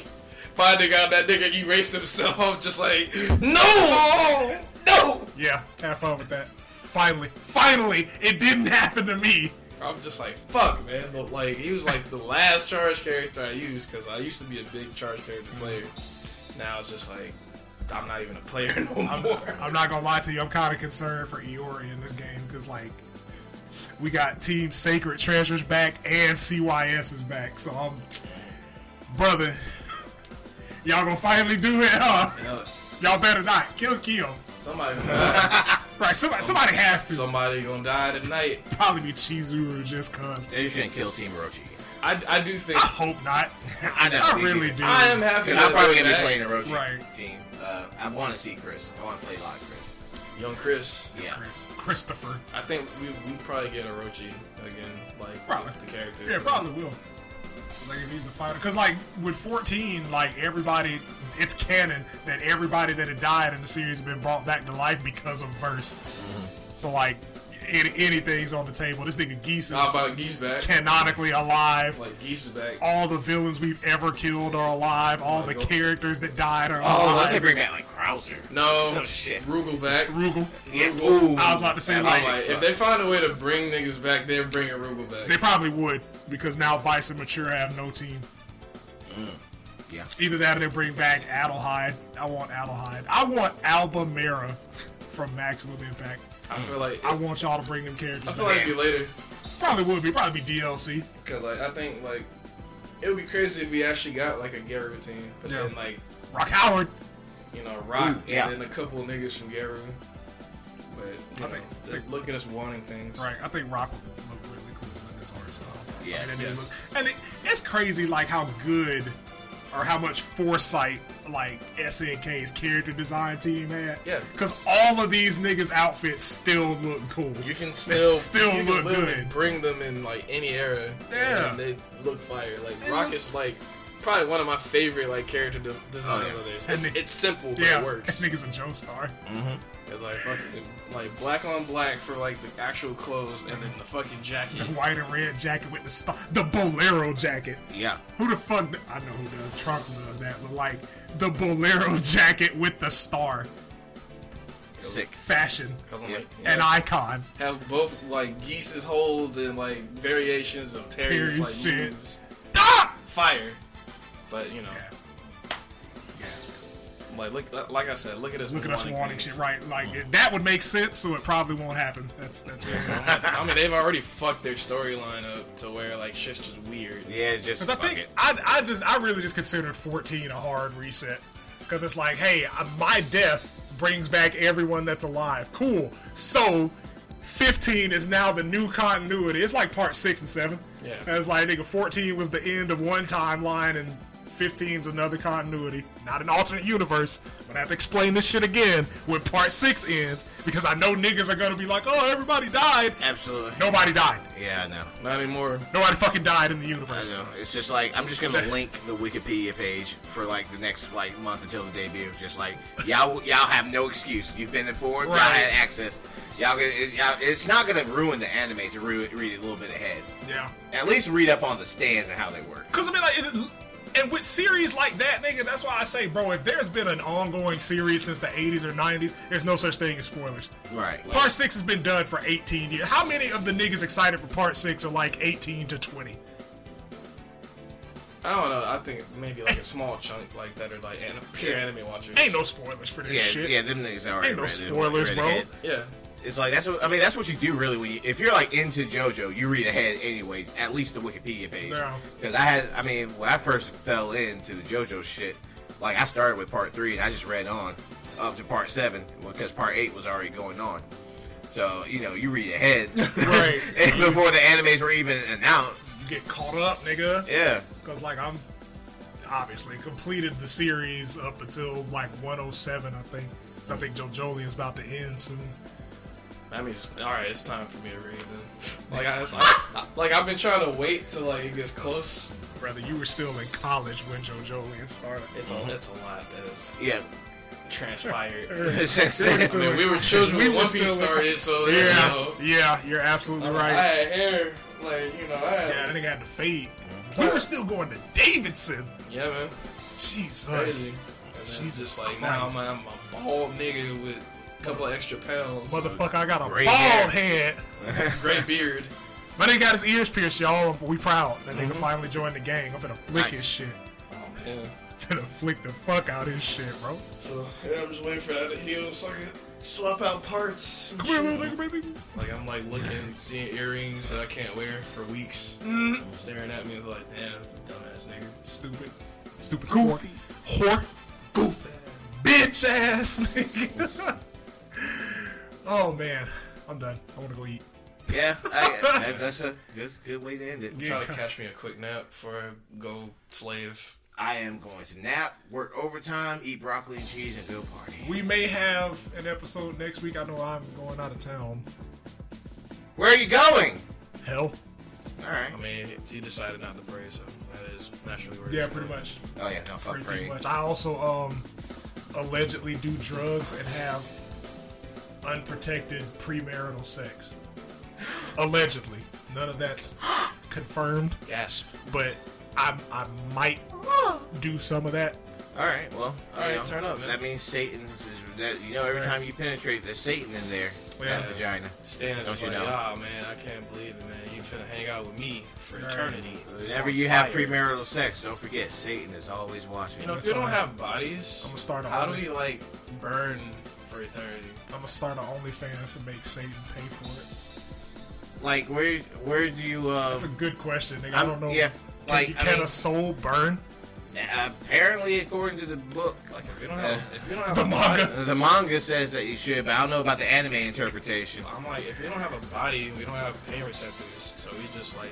[SPEAKER 3] finding out that nigga erased himself, I'm just like, no, no.
[SPEAKER 1] Yeah, have fun with that. Finally, finally, it didn't happen to me.
[SPEAKER 3] I'm just like, fuck, man. But like, he was like the last charge character I used because I used to be a big charge character player. Now it's just like, I'm not even a player no more.
[SPEAKER 1] I'm not gonna lie to you. I'm kind of concerned for Eori in this game because like we got Team Sacred Treasures back and CYS is back. So I'm, brother, y'all gonna finally do it, huh?
[SPEAKER 3] You know,
[SPEAKER 1] Y'all better not kill Keo.
[SPEAKER 3] somebody, gonna
[SPEAKER 1] Right? Somebody, somebody has
[SPEAKER 3] die.
[SPEAKER 1] to.
[SPEAKER 3] somebody gonna die tonight.
[SPEAKER 1] Probably be Chizuru just cause.
[SPEAKER 2] They're just gonna kill Team Roshi.
[SPEAKER 3] I, I do think
[SPEAKER 1] I hope not.
[SPEAKER 2] I know.
[SPEAKER 1] I really do.
[SPEAKER 3] I am happy.
[SPEAKER 2] I'm
[SPEAKER 3] that
[SPEAKER 2] probably
[SPEAKER 3] they're
[SPEAKER 2] gonna be
[SPEAKER 3] back.
[SPEAKER 2] playing a Roshi
[SPEAKER 1] Right.
[SPEAKER 2] team. Uh, I want to see Chris. I want to play a lot of Chris.
[SPEAKER 3] young Chris.
[SPEAKER 2] Yeah.
[SPEAKER 1] Chris, Christopher.
[SPEAKER 3] I think we we probably get Orochi again, like
[SPEAKER 1] Probably.
[SPEAKER 3] the character.
[SPEAKER 1] Yeah, probably will. 'Cause, Like if he's the fighter, because like with 14, like everybody, it's canon that everybody that had died in the series had been brought back to life because of Verse.
[SPEAKER 2] Mm-hmm.
[SPEAKER 1] So like, any, anything's on the table. This nigga Geese
[SPEAKER 3] How
[SPEAKER 1] is
[SPEAKER 3] about Geese back?
[SPEAKER 1] canonically alive.
[SPEAKER 3] Like Geese is back.
[SPEAKER 1] All the villains we've ever killed are alive. All the
[SPEAKER 3] Michael.
[SPEAKER 1] characters that died are
[SPEAKER 2] Oh, let they
[SPEAKER 1] alive.
[SPEAKER 2] bring back like Krauser.
[SPEAKER 3] No,
[SPEAKER 2] Oh, shit.
[SPEAKER 3] Rugal back.
[SPEAKER 1] Rugal.
[SPEAKER 2] Yeah.
[SPEAKER 3] Ooh.
[SPEAKER 1] I was about to say,
[SPEAKER 2] That
[SPEAKER 1] like-
[SPEAKER 2] was
[SPEAKER 3] Like,
[SPEAKER 2] sick.
[SPEAKER 3] if they find a way to bring niggas back, they're bringing Rugal back.
[SPEAKER 1] They probably would because now Vice and Mature have no team.
[SPEAKER 3] Mm,
[SPEAKER 2] yeah.
[SPEAKER 1] Either that or they bring back Adelheid. I want Adelheid. I want Alba Mera from Maximum Impact.
[SPEAKER 3] I feel like
[SPEAKER 1] I
[SPEAKER 3] I,
[SPEAKER 1] want y'all to bring them characters
[SPEAKER 3] feel
[SPEAKER 1] back.
[SPEAKER 3] like it'd be later
[SPEAKER 1] Probably would be probably be DLC.
[SPEAKER 3] because like I think like it would be crazy if we actually got like a Garu team, but
[SPEAKER 1] Yeah.
[SPEAKER 3] then like
[SPEAKER 1] Rock Howard.
[SPEAKER 3] you know Rock
[SPEAKER 2] Ooh, yeah.
[SPEAKER 3] and then a couple of niggas from Garu. But you
[SPEAKER 1] I
[SPEAKER 3] know,
[SPEAKER 1] think-
[SPEAKER 3] they're looking us wanting things.
[SPEAKER 1] Right. I think Rock would look really cool in this art style.
[SPEAKER 2] Yeah,
[SPEAKER 1] And, it
[SPEAKER 3] yeah.
[SPEAKER 1] look, and it, it's crazy like how good or how much foresight like SNK's character design team had.
[SPEAKER 3] Yeah.
[SPEAKER 1] Because all of these niggas' outfits still look cool.
[SPEAKER 3] You can still
[SPEAKER 1] still
[SPEAKER 3] you can
[SPEAKER 1] look
[SPEAKER 3] literally
[SPEAKER 1] good.
[SPEAKER 3] Bring them in like any era.
[SPEAKER 1] Yeah.
[SPEAKER 3] and they look fire. Like
[SPEAKER 1] They look-
[SPEAKER 3] Rocket's like probably one of my favorite like character de- designs
[SPEAKER 2] Oh, yeah.
[SPEAKER 3] of theirs.
[SPEAKER 1] And
[SPEAKER 3] It's,
[SPEAKER 1] they-
[SPEAKER 3] it's simple, but
[SPEAKER 1] yeah,
[SPEAKER 3] it works.
[SPEAKER 1] That nigga's a Joe Star.
[SPEAKER 3] It's like fucking like black on black for like the actual clothes, and then the fucking jacket.
[SPEAKER 1] The white and red jacket with the star, the bolero jacket.
[SPEAKER 2] Yeah.
[SPEAKER 1] Who the fuck? I know who does. Trunks does that, but like the bolero jacket with the star,
[SPEAKER 2] Sick.
[SPEAKER 1] fashion,
[SPEAKER 3] Cause I'm
[SPEAKER 2] Yeah.
[SPEAKER 3] like,
[SPEAKER 1] an
[SPEAKER 3] yeah.
[SPEAKER 1] icon.
[SPEAKER 3] has both like geese's holds and like variations of Terry's
[SPEAKER 1] Terry's
[SPEAKER 3] like
[SPEAKER 1] shit.
[SPEAKER 3] moves.
[SPEAKER 1] Ah!
[SPEAKER 3] Fire, but you know,
[SPEAKER 1] Yes. Yes.
[SPEAKER 3] like look, uh, like I said, look at us.
[SPEAKER 1] Look at us
[SPEAKER 3] wanting
[SPEAKER 1] wanting
[SPEAKER 3] things.
[SPEAKER 1] shit, right? Like it- that would make sense, so it probably won't happen. That's that's really
[SPEAKER 3] I mean, they've already fucked their storyline up to where like shit's just weird.
[SPEAKER 2] Yeah. Just
[SPEAKER 1] because I
[SPEAKER 2] fuck
[SPEAKER 1] think
[SPEAKER 2] it.
[SPEAKER 1] I I just I really just considered 14 a hard reset because it's like, hey, uh, my death brings back everyone that's alive. Cool. So. 15 is now the new continuity. It's like part 6 and 7.
[SPEAKER 3] Yeah.
[SPEAKER 1] And it's like, nigga, 14 was the end of one timeline and 15's another continuity. Not an alternate universe. But I have to explain this shit again when part 6 ends because I know niggas are going to be like, oh, everybody died.
[SPEAKER 2] Absolutely.
[SPEAKER 1] Nobody died.
[SPEAKER 2] Yeah. I know.
[SPEAKER 3] Not anymore.
[SPEAKER 1] Nobody fucking died in the
[SPEAKER 2] I
[SPEAKER 1] universe.
[SPEAKER 2] know. It's just like I'm just gonna link the Wikipedia page for like the next like month until the debut. It's Just like y'all, y'all have no excuse. You've been informed. Y'all
[SPEAKER 1] Right.
[SPEAKER 2] had access. Y'all, gonna- it, y'all, it's not gonna ruin the anime to re- read it a little bit ahead.
[SPEAKER 1] Yeah.
[SPEAKER 2] At least read up on the stands and how they work.
[SPEAKER 1] Cause I mean, like, it, and with series like that, nigga, that's why I say, bro, if there's been an ongoing series since the '80s or '90s, there's no such thing as spoilers.
[SPEAKER 2] Right.
[SPEAKER 1] Part six has been done for 18 years. How many of the niggas excited for part six are like 18 to 20?
[SPEAKER 3] I don't know. I think maybe like a small chunk like that are like an- pure anime watchers.
[SPEAKER 1] Ain't no spoilers for this
[SPEAKER 2] yeah.
[SPEAKER 1] shit.
[SPEAKER 2] Yeah. Them niggas already
[SPEAKER 1] Ain't no
[SPEAKER 2] read it,
[SPEAKER 1] spoilers,
[SPEAKER 2] read
[SPEAKER 1] bro.
[SPEAKER 2] ahead.
[SPEAKER 3] Yeah.
[SPEAKER 2] It's like that's what I mean. That's what you do really when you, if you're like into JoJo, you read ahead anyway. At least the Wikipedia page.
[SPEAKER 1] Yeah.
[SPEAKER 2] Because I had, I mean, when I first fell into the JoJo shit, like I started with part three and I just read on up to part seven because part eight was already going on. So you know, you read ahead
[SPEAKER 1] Right.
[SPEAKER 2] And before the animes were even announced.
[SPEAKER 1] You get caught up, nigga.
[SPEAKER 2] Yeah.
[SPEAKER 1] Cause like I'm obviously completed the series up until like 107, I think. 'Cause I think JoJolian's about to end soon.
[SPEAKER 3] I mean, it's, all right. It's time for me to read then. Like I, it's like, like I've been trying to wait till like it gets close.
[SPEAKER 1] Brother, you were still in college when JoJolian started.
[SPEAKER 3] It's a it's a lot. That is.
[SPEAKER 2] Yeah.
[SPEAKER 4] transpired.
[SPEAKER 2] Since
[SPEAKER 3] I
[SPEAKER 2] then,
[SPEAKER 3] mean, we were children
[SPEAKER 1] We
[SPEAKER 3] when
[SPEAKER 1] were
[SPEAKER 3] One Piece
[SPEAKER 1] still-
[SPEAKER 3] started, so there you
[SPEAKER 1] Yeah,
[SPEAKER 3] go.
[SPEAKER 1] yeah, you're absolutely right.
[SPEAKER 3] I had hair, like you know, I had,
[SPEAKER 1] Yeah, that nigga had to fade. We were still going to Davidson.
[SPEAKER 3] yeah, man,
[SPEAKER 1] Jesus.
[SPEAKER 3] crazy. And then
[SPEAKER 1] Jesus
[SPEAKER 3] just like now
[SPEAKER 1] Christ.
[SPEAKER 3] I'm, I'm a bald nigga with a couple of extra pounds,
[SPEAKER 1] Motherfucker, I got a
[SPEAKER 2] Great
[SPEAKER 1] bald
[SPEAKER 2] hair.
[SPEAKER 1] head.
[SPEAKER 3] great beard.
[SPEAKER 1] But he got his ears pierced, y'all. We proud. That nigga finally joined the gang. I'm finna flick
[SPEAKER 2] Nice.
[SPEAKER 1] his shit.
[SPEAKER 3] Yeah.
[SPEAKER 1] Finna flick the fuck out his shit, bro.
[SPEAKER 3] So yeah, I'm just waiting for that to heal so I can swap out parts.
[SPEAKER 1] Come here, little nigga, baby.
[SPEAKER 3] Like I'm like looking, seeing earrings that I can't wear for weeks,
[SPEAKER 1] Mm-hmm.
[SPEAKER 3] staring at me like, damn, dumbass nigga.
[SPEAKER 1] Stupid. Stupid. Goofy. Whore. Goofy. Bitch ass nigga. oh, man. I'm done. I wanna go eat.
[SPEAKER 2] yeah, I, that's a good, good way to end it.
[SPEAKER 3] Try
[SPEAKER 1] Yeah,
[SPEAKER 3] to
[SPEAKER 1] come-
[SPEAKER 3] catch me a quick nap before I go slave.
[SPEAKER 2] I am going to nap, work overtime, eat broccoli and cheese, and go party.
[SPEAKER 1] we may have an episode next week. I know I'm going out of town.
[SPEAKER 2] Where are you going?
[SPEAKER 1] Hell.
[SPEAKER 2] All right.
[SPEAKER 3] I mean, he decided not to pray, so that is naturally where.
[SPEAKER 1] Yeah,
[SPEAKER 3] it's
[SPEAKER 1] pretty
[SPEAKER 3] going.
[SPEAKER 1] much.
[SPEAKER 2] Oh yeah, no fuck
[SPEAKER 1] pretty
[SPEAKER 2] Brady.
[SPEAKER 1] much. I also um allegedly do drugs and have unprotected premarital sex. Allegedly, none of that's confirmed,
[SPEAKER 3] Gasp.
[SPEAKER 1] but I I might do some of that.
[SPEAKER 2] All right, well,
[SPEAKER 3] All right, turn up, man.
[SPEAKER 2] That means Satan is that you know every
[SPEAKER 1] Right.
[SPEAKER 2] time you penetrate, there's Satan in there.
[SPEAKER 1] Yeah.
[SPEAKER 2] That vagina.
[SPEAKER 3] Stan's
[SPEAKER 2] Don't
[SPEAKER 3] just
[SPEAKER 2] you
[SPEAKER 3] like,
[SPEAKER 2] know?
[SPEAKER 3] ah, man, I can't believe it, man. You finna hang out with me for
[SPEAKER 1] Right.
[SPEAKER 3] eternity.
[SPEAKER 2] Whenever you have premarital sex, don't forget Satan is always watching.
[SPEAKER 3] You know, if
[SPEAKER 1] That's
[SPEAKER 3] we don't
[SPEAKER 1] fine.
[SPEAKER 3] have bodies,
[SPEAKER 1] I'ma start a
[SPEAKER 3] How do
[SPEAKER 1] whole-
[SPEAKER 3] we like burn for eternity?
[SPEAKER 1] I'm gonna start an OnlyFans and make Satan pay for it.
[SPEAKER 2] like where where do you? Uh,
[SPEAKER 1] That's a good question, nigga. I
[SPEAKER 2] I'm-
[SPEAKER 1] don't know.
[SPEAKER 2] yeah,
[SPEAKER 1] Can,
[SPEAKER 2] like,
[SPEAKER 1] you-
[SPEAKER 2] I
[SPEAKER 1] can
[SPEAKER 2] mean-
[SPEAKER 1] a soul burn?
[SPEAKER 2] apparently, according to the book,
[SPEAKER 3] Like, if we don't have,
[SPEAKER 2] Eh.
[SPEAKER 3] if we don't have
[SPEAKER 1] The
[SPEAKER 3] a
[SPEAKER 1] manga.
[SPEAKER 3] body-
[SPEAKER 2] uh, the manga says that you should, but I don't know about the anime interpretation.
[SPEAKER 3] I'm like, if we don't have a body, we don't have pain receptors, so we just like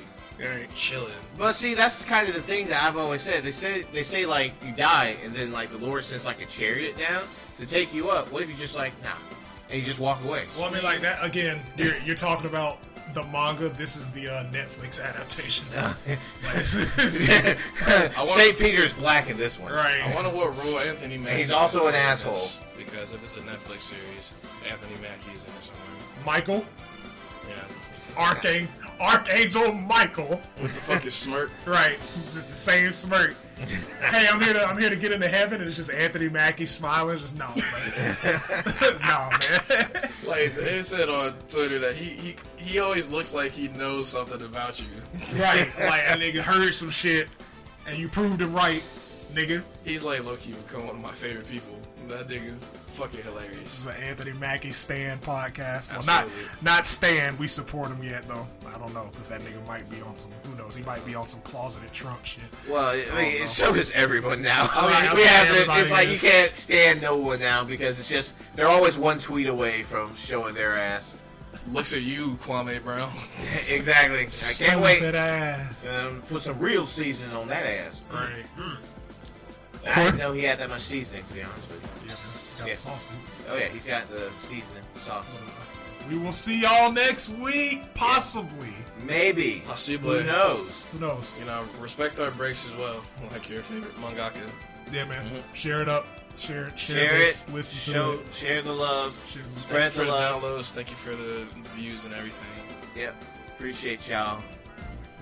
[SPEAKER 3] chilling.
[SPEAKER 2] But see, that's kind of the thing that I've always said. They say they say like you die, and then like the Lord sends like a chariot down to take you up. What if you just like nah, and you just walk away?
[SPEAKER 1] Well, I mean, like that again. You're, you're talking about the manga. This is the uh, Netflix adaptation. Like, this is-
[SPEAKER 3] wanna-
[SPEAKER 2] St. Peter's black in this one.
[SPEAKER 3] I
[SPEAKER 1] right.
[SPEAKER 3] wonder what role Anthony Mackie.
[SPEAKER 2] He's also an
[SPEAKER 3] plays in
[SPEAKER 2] asshole.
[SPEAKER 3] this, because if it's a Netflix series, Anthony Mackie's in it somewhere.
[SPEAKER 1] Michael,
[SPEAKER 3] Yeah,
[SPEAKER 1] Archang- Archangel Michael.
[SPEAKER 3] with the fucking smirk.
[SPEAKER 1] Right. Just the same smirk. hey, I'm here to I'm here to get into heaven, and it's just Anthony Mackie smiling. Just no, man. no, man.
[SPEAKER 3] Like they said on Twitter that he he he always looks like he knows something about you.
[SPEAKER 1] right. Like that nigga heard some shit, and you proved him right, nigga.
[SPEAKER 3] He's like Loki become one of my favorite people. That nigga's fucking hilarious.
[SPEAKER 1] This is an Anthony Mackie Stan podcast. Well,
[SPEAKER 3] Absolutely.
[SPEAKER 1] not not Stan. We support him yet, though. I don't know because that nigga might be on some. Who knows? He might be on some closeted Trump shit.
[SPEAKER 2] Well, I mean,
[SPEAKER 1] Oh,
[SPEAKER 2] so is everyone now.
[SPEAKER 1] mean,
[SPEAKER 2] we
[SPEAKER 1] okay,
[SPEAKER 2] have to,
[SPEAKER 1] everybody
[SPEAKER 2] it's like you
[SPEAKER 1] is.
[SPEAKER 2] can't stand no one now because it's just they're always one tweet away from showing their ass.
[SPEAKER 3] Looks at you, Kwame Brown.
[SPEAKER 2] exactly. I can't
[SPEAKER 1] Stupid
[SPEAKER 2] wait.
[SPEAKER 1] ass.
[SPEAKER 2] Um, put some real seasoning on that ass.
[SPEAKER 1] Right.
[SPEAKER 2] I didn't know he had that much seasoning to be honest with you.
[SPEAKER 1] Yeah, man. He's got
[SPEAKER 2] Yeah.
[SPEAKER 1] the sauce, man.
[SPEAKER 2] Oh yeah, he's got the seasoning sauce.
[SPEAKER 1] Mm-hmm. We will see y'all next week, possibly.
[SPEAKER 2] Maybe.
[SPEAKER 3] Possibly.
[SPEAKER 2] Who knows?
[SPEAKER 1] Who knows?
[SPEAKER 3] You know, respect our breaks as well. Like your favorite mangaka.
[SPEAKER 1] Yeah, man. Share it up. Share it. Share,
[SPEAKER 2] Mm-hmm. Share
[SPEAKER 1] this.
[SPEAKER 2] it.
[SPEAKER 1] Listen to
[SPEAKER 2] show,
[SPEAKER 1] it.
[SPEAKER 2] Share the love.
[SPEAKER 1] Share it.
[SPEAKER 2] Spread
[SPEAKER 3] Thank you
[SPEAKER 2] the
[SPEAKER 3] for the
[SPEAKER 2] love.
[SPEAKER 3] downloads. Thank you for the views and everything.
[SPEAKER 2] Yep. Appreciate y'all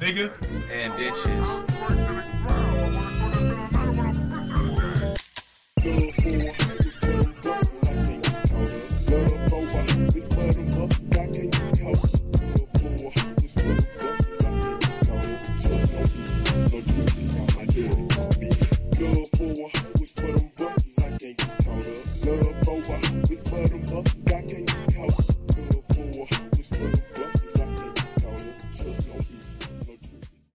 [SPEAKER 1] Nigga.
[SPEAKER 2] and bitches.
[SPEAKER 5] Love over, it's for them bucks, I can't help. Love for,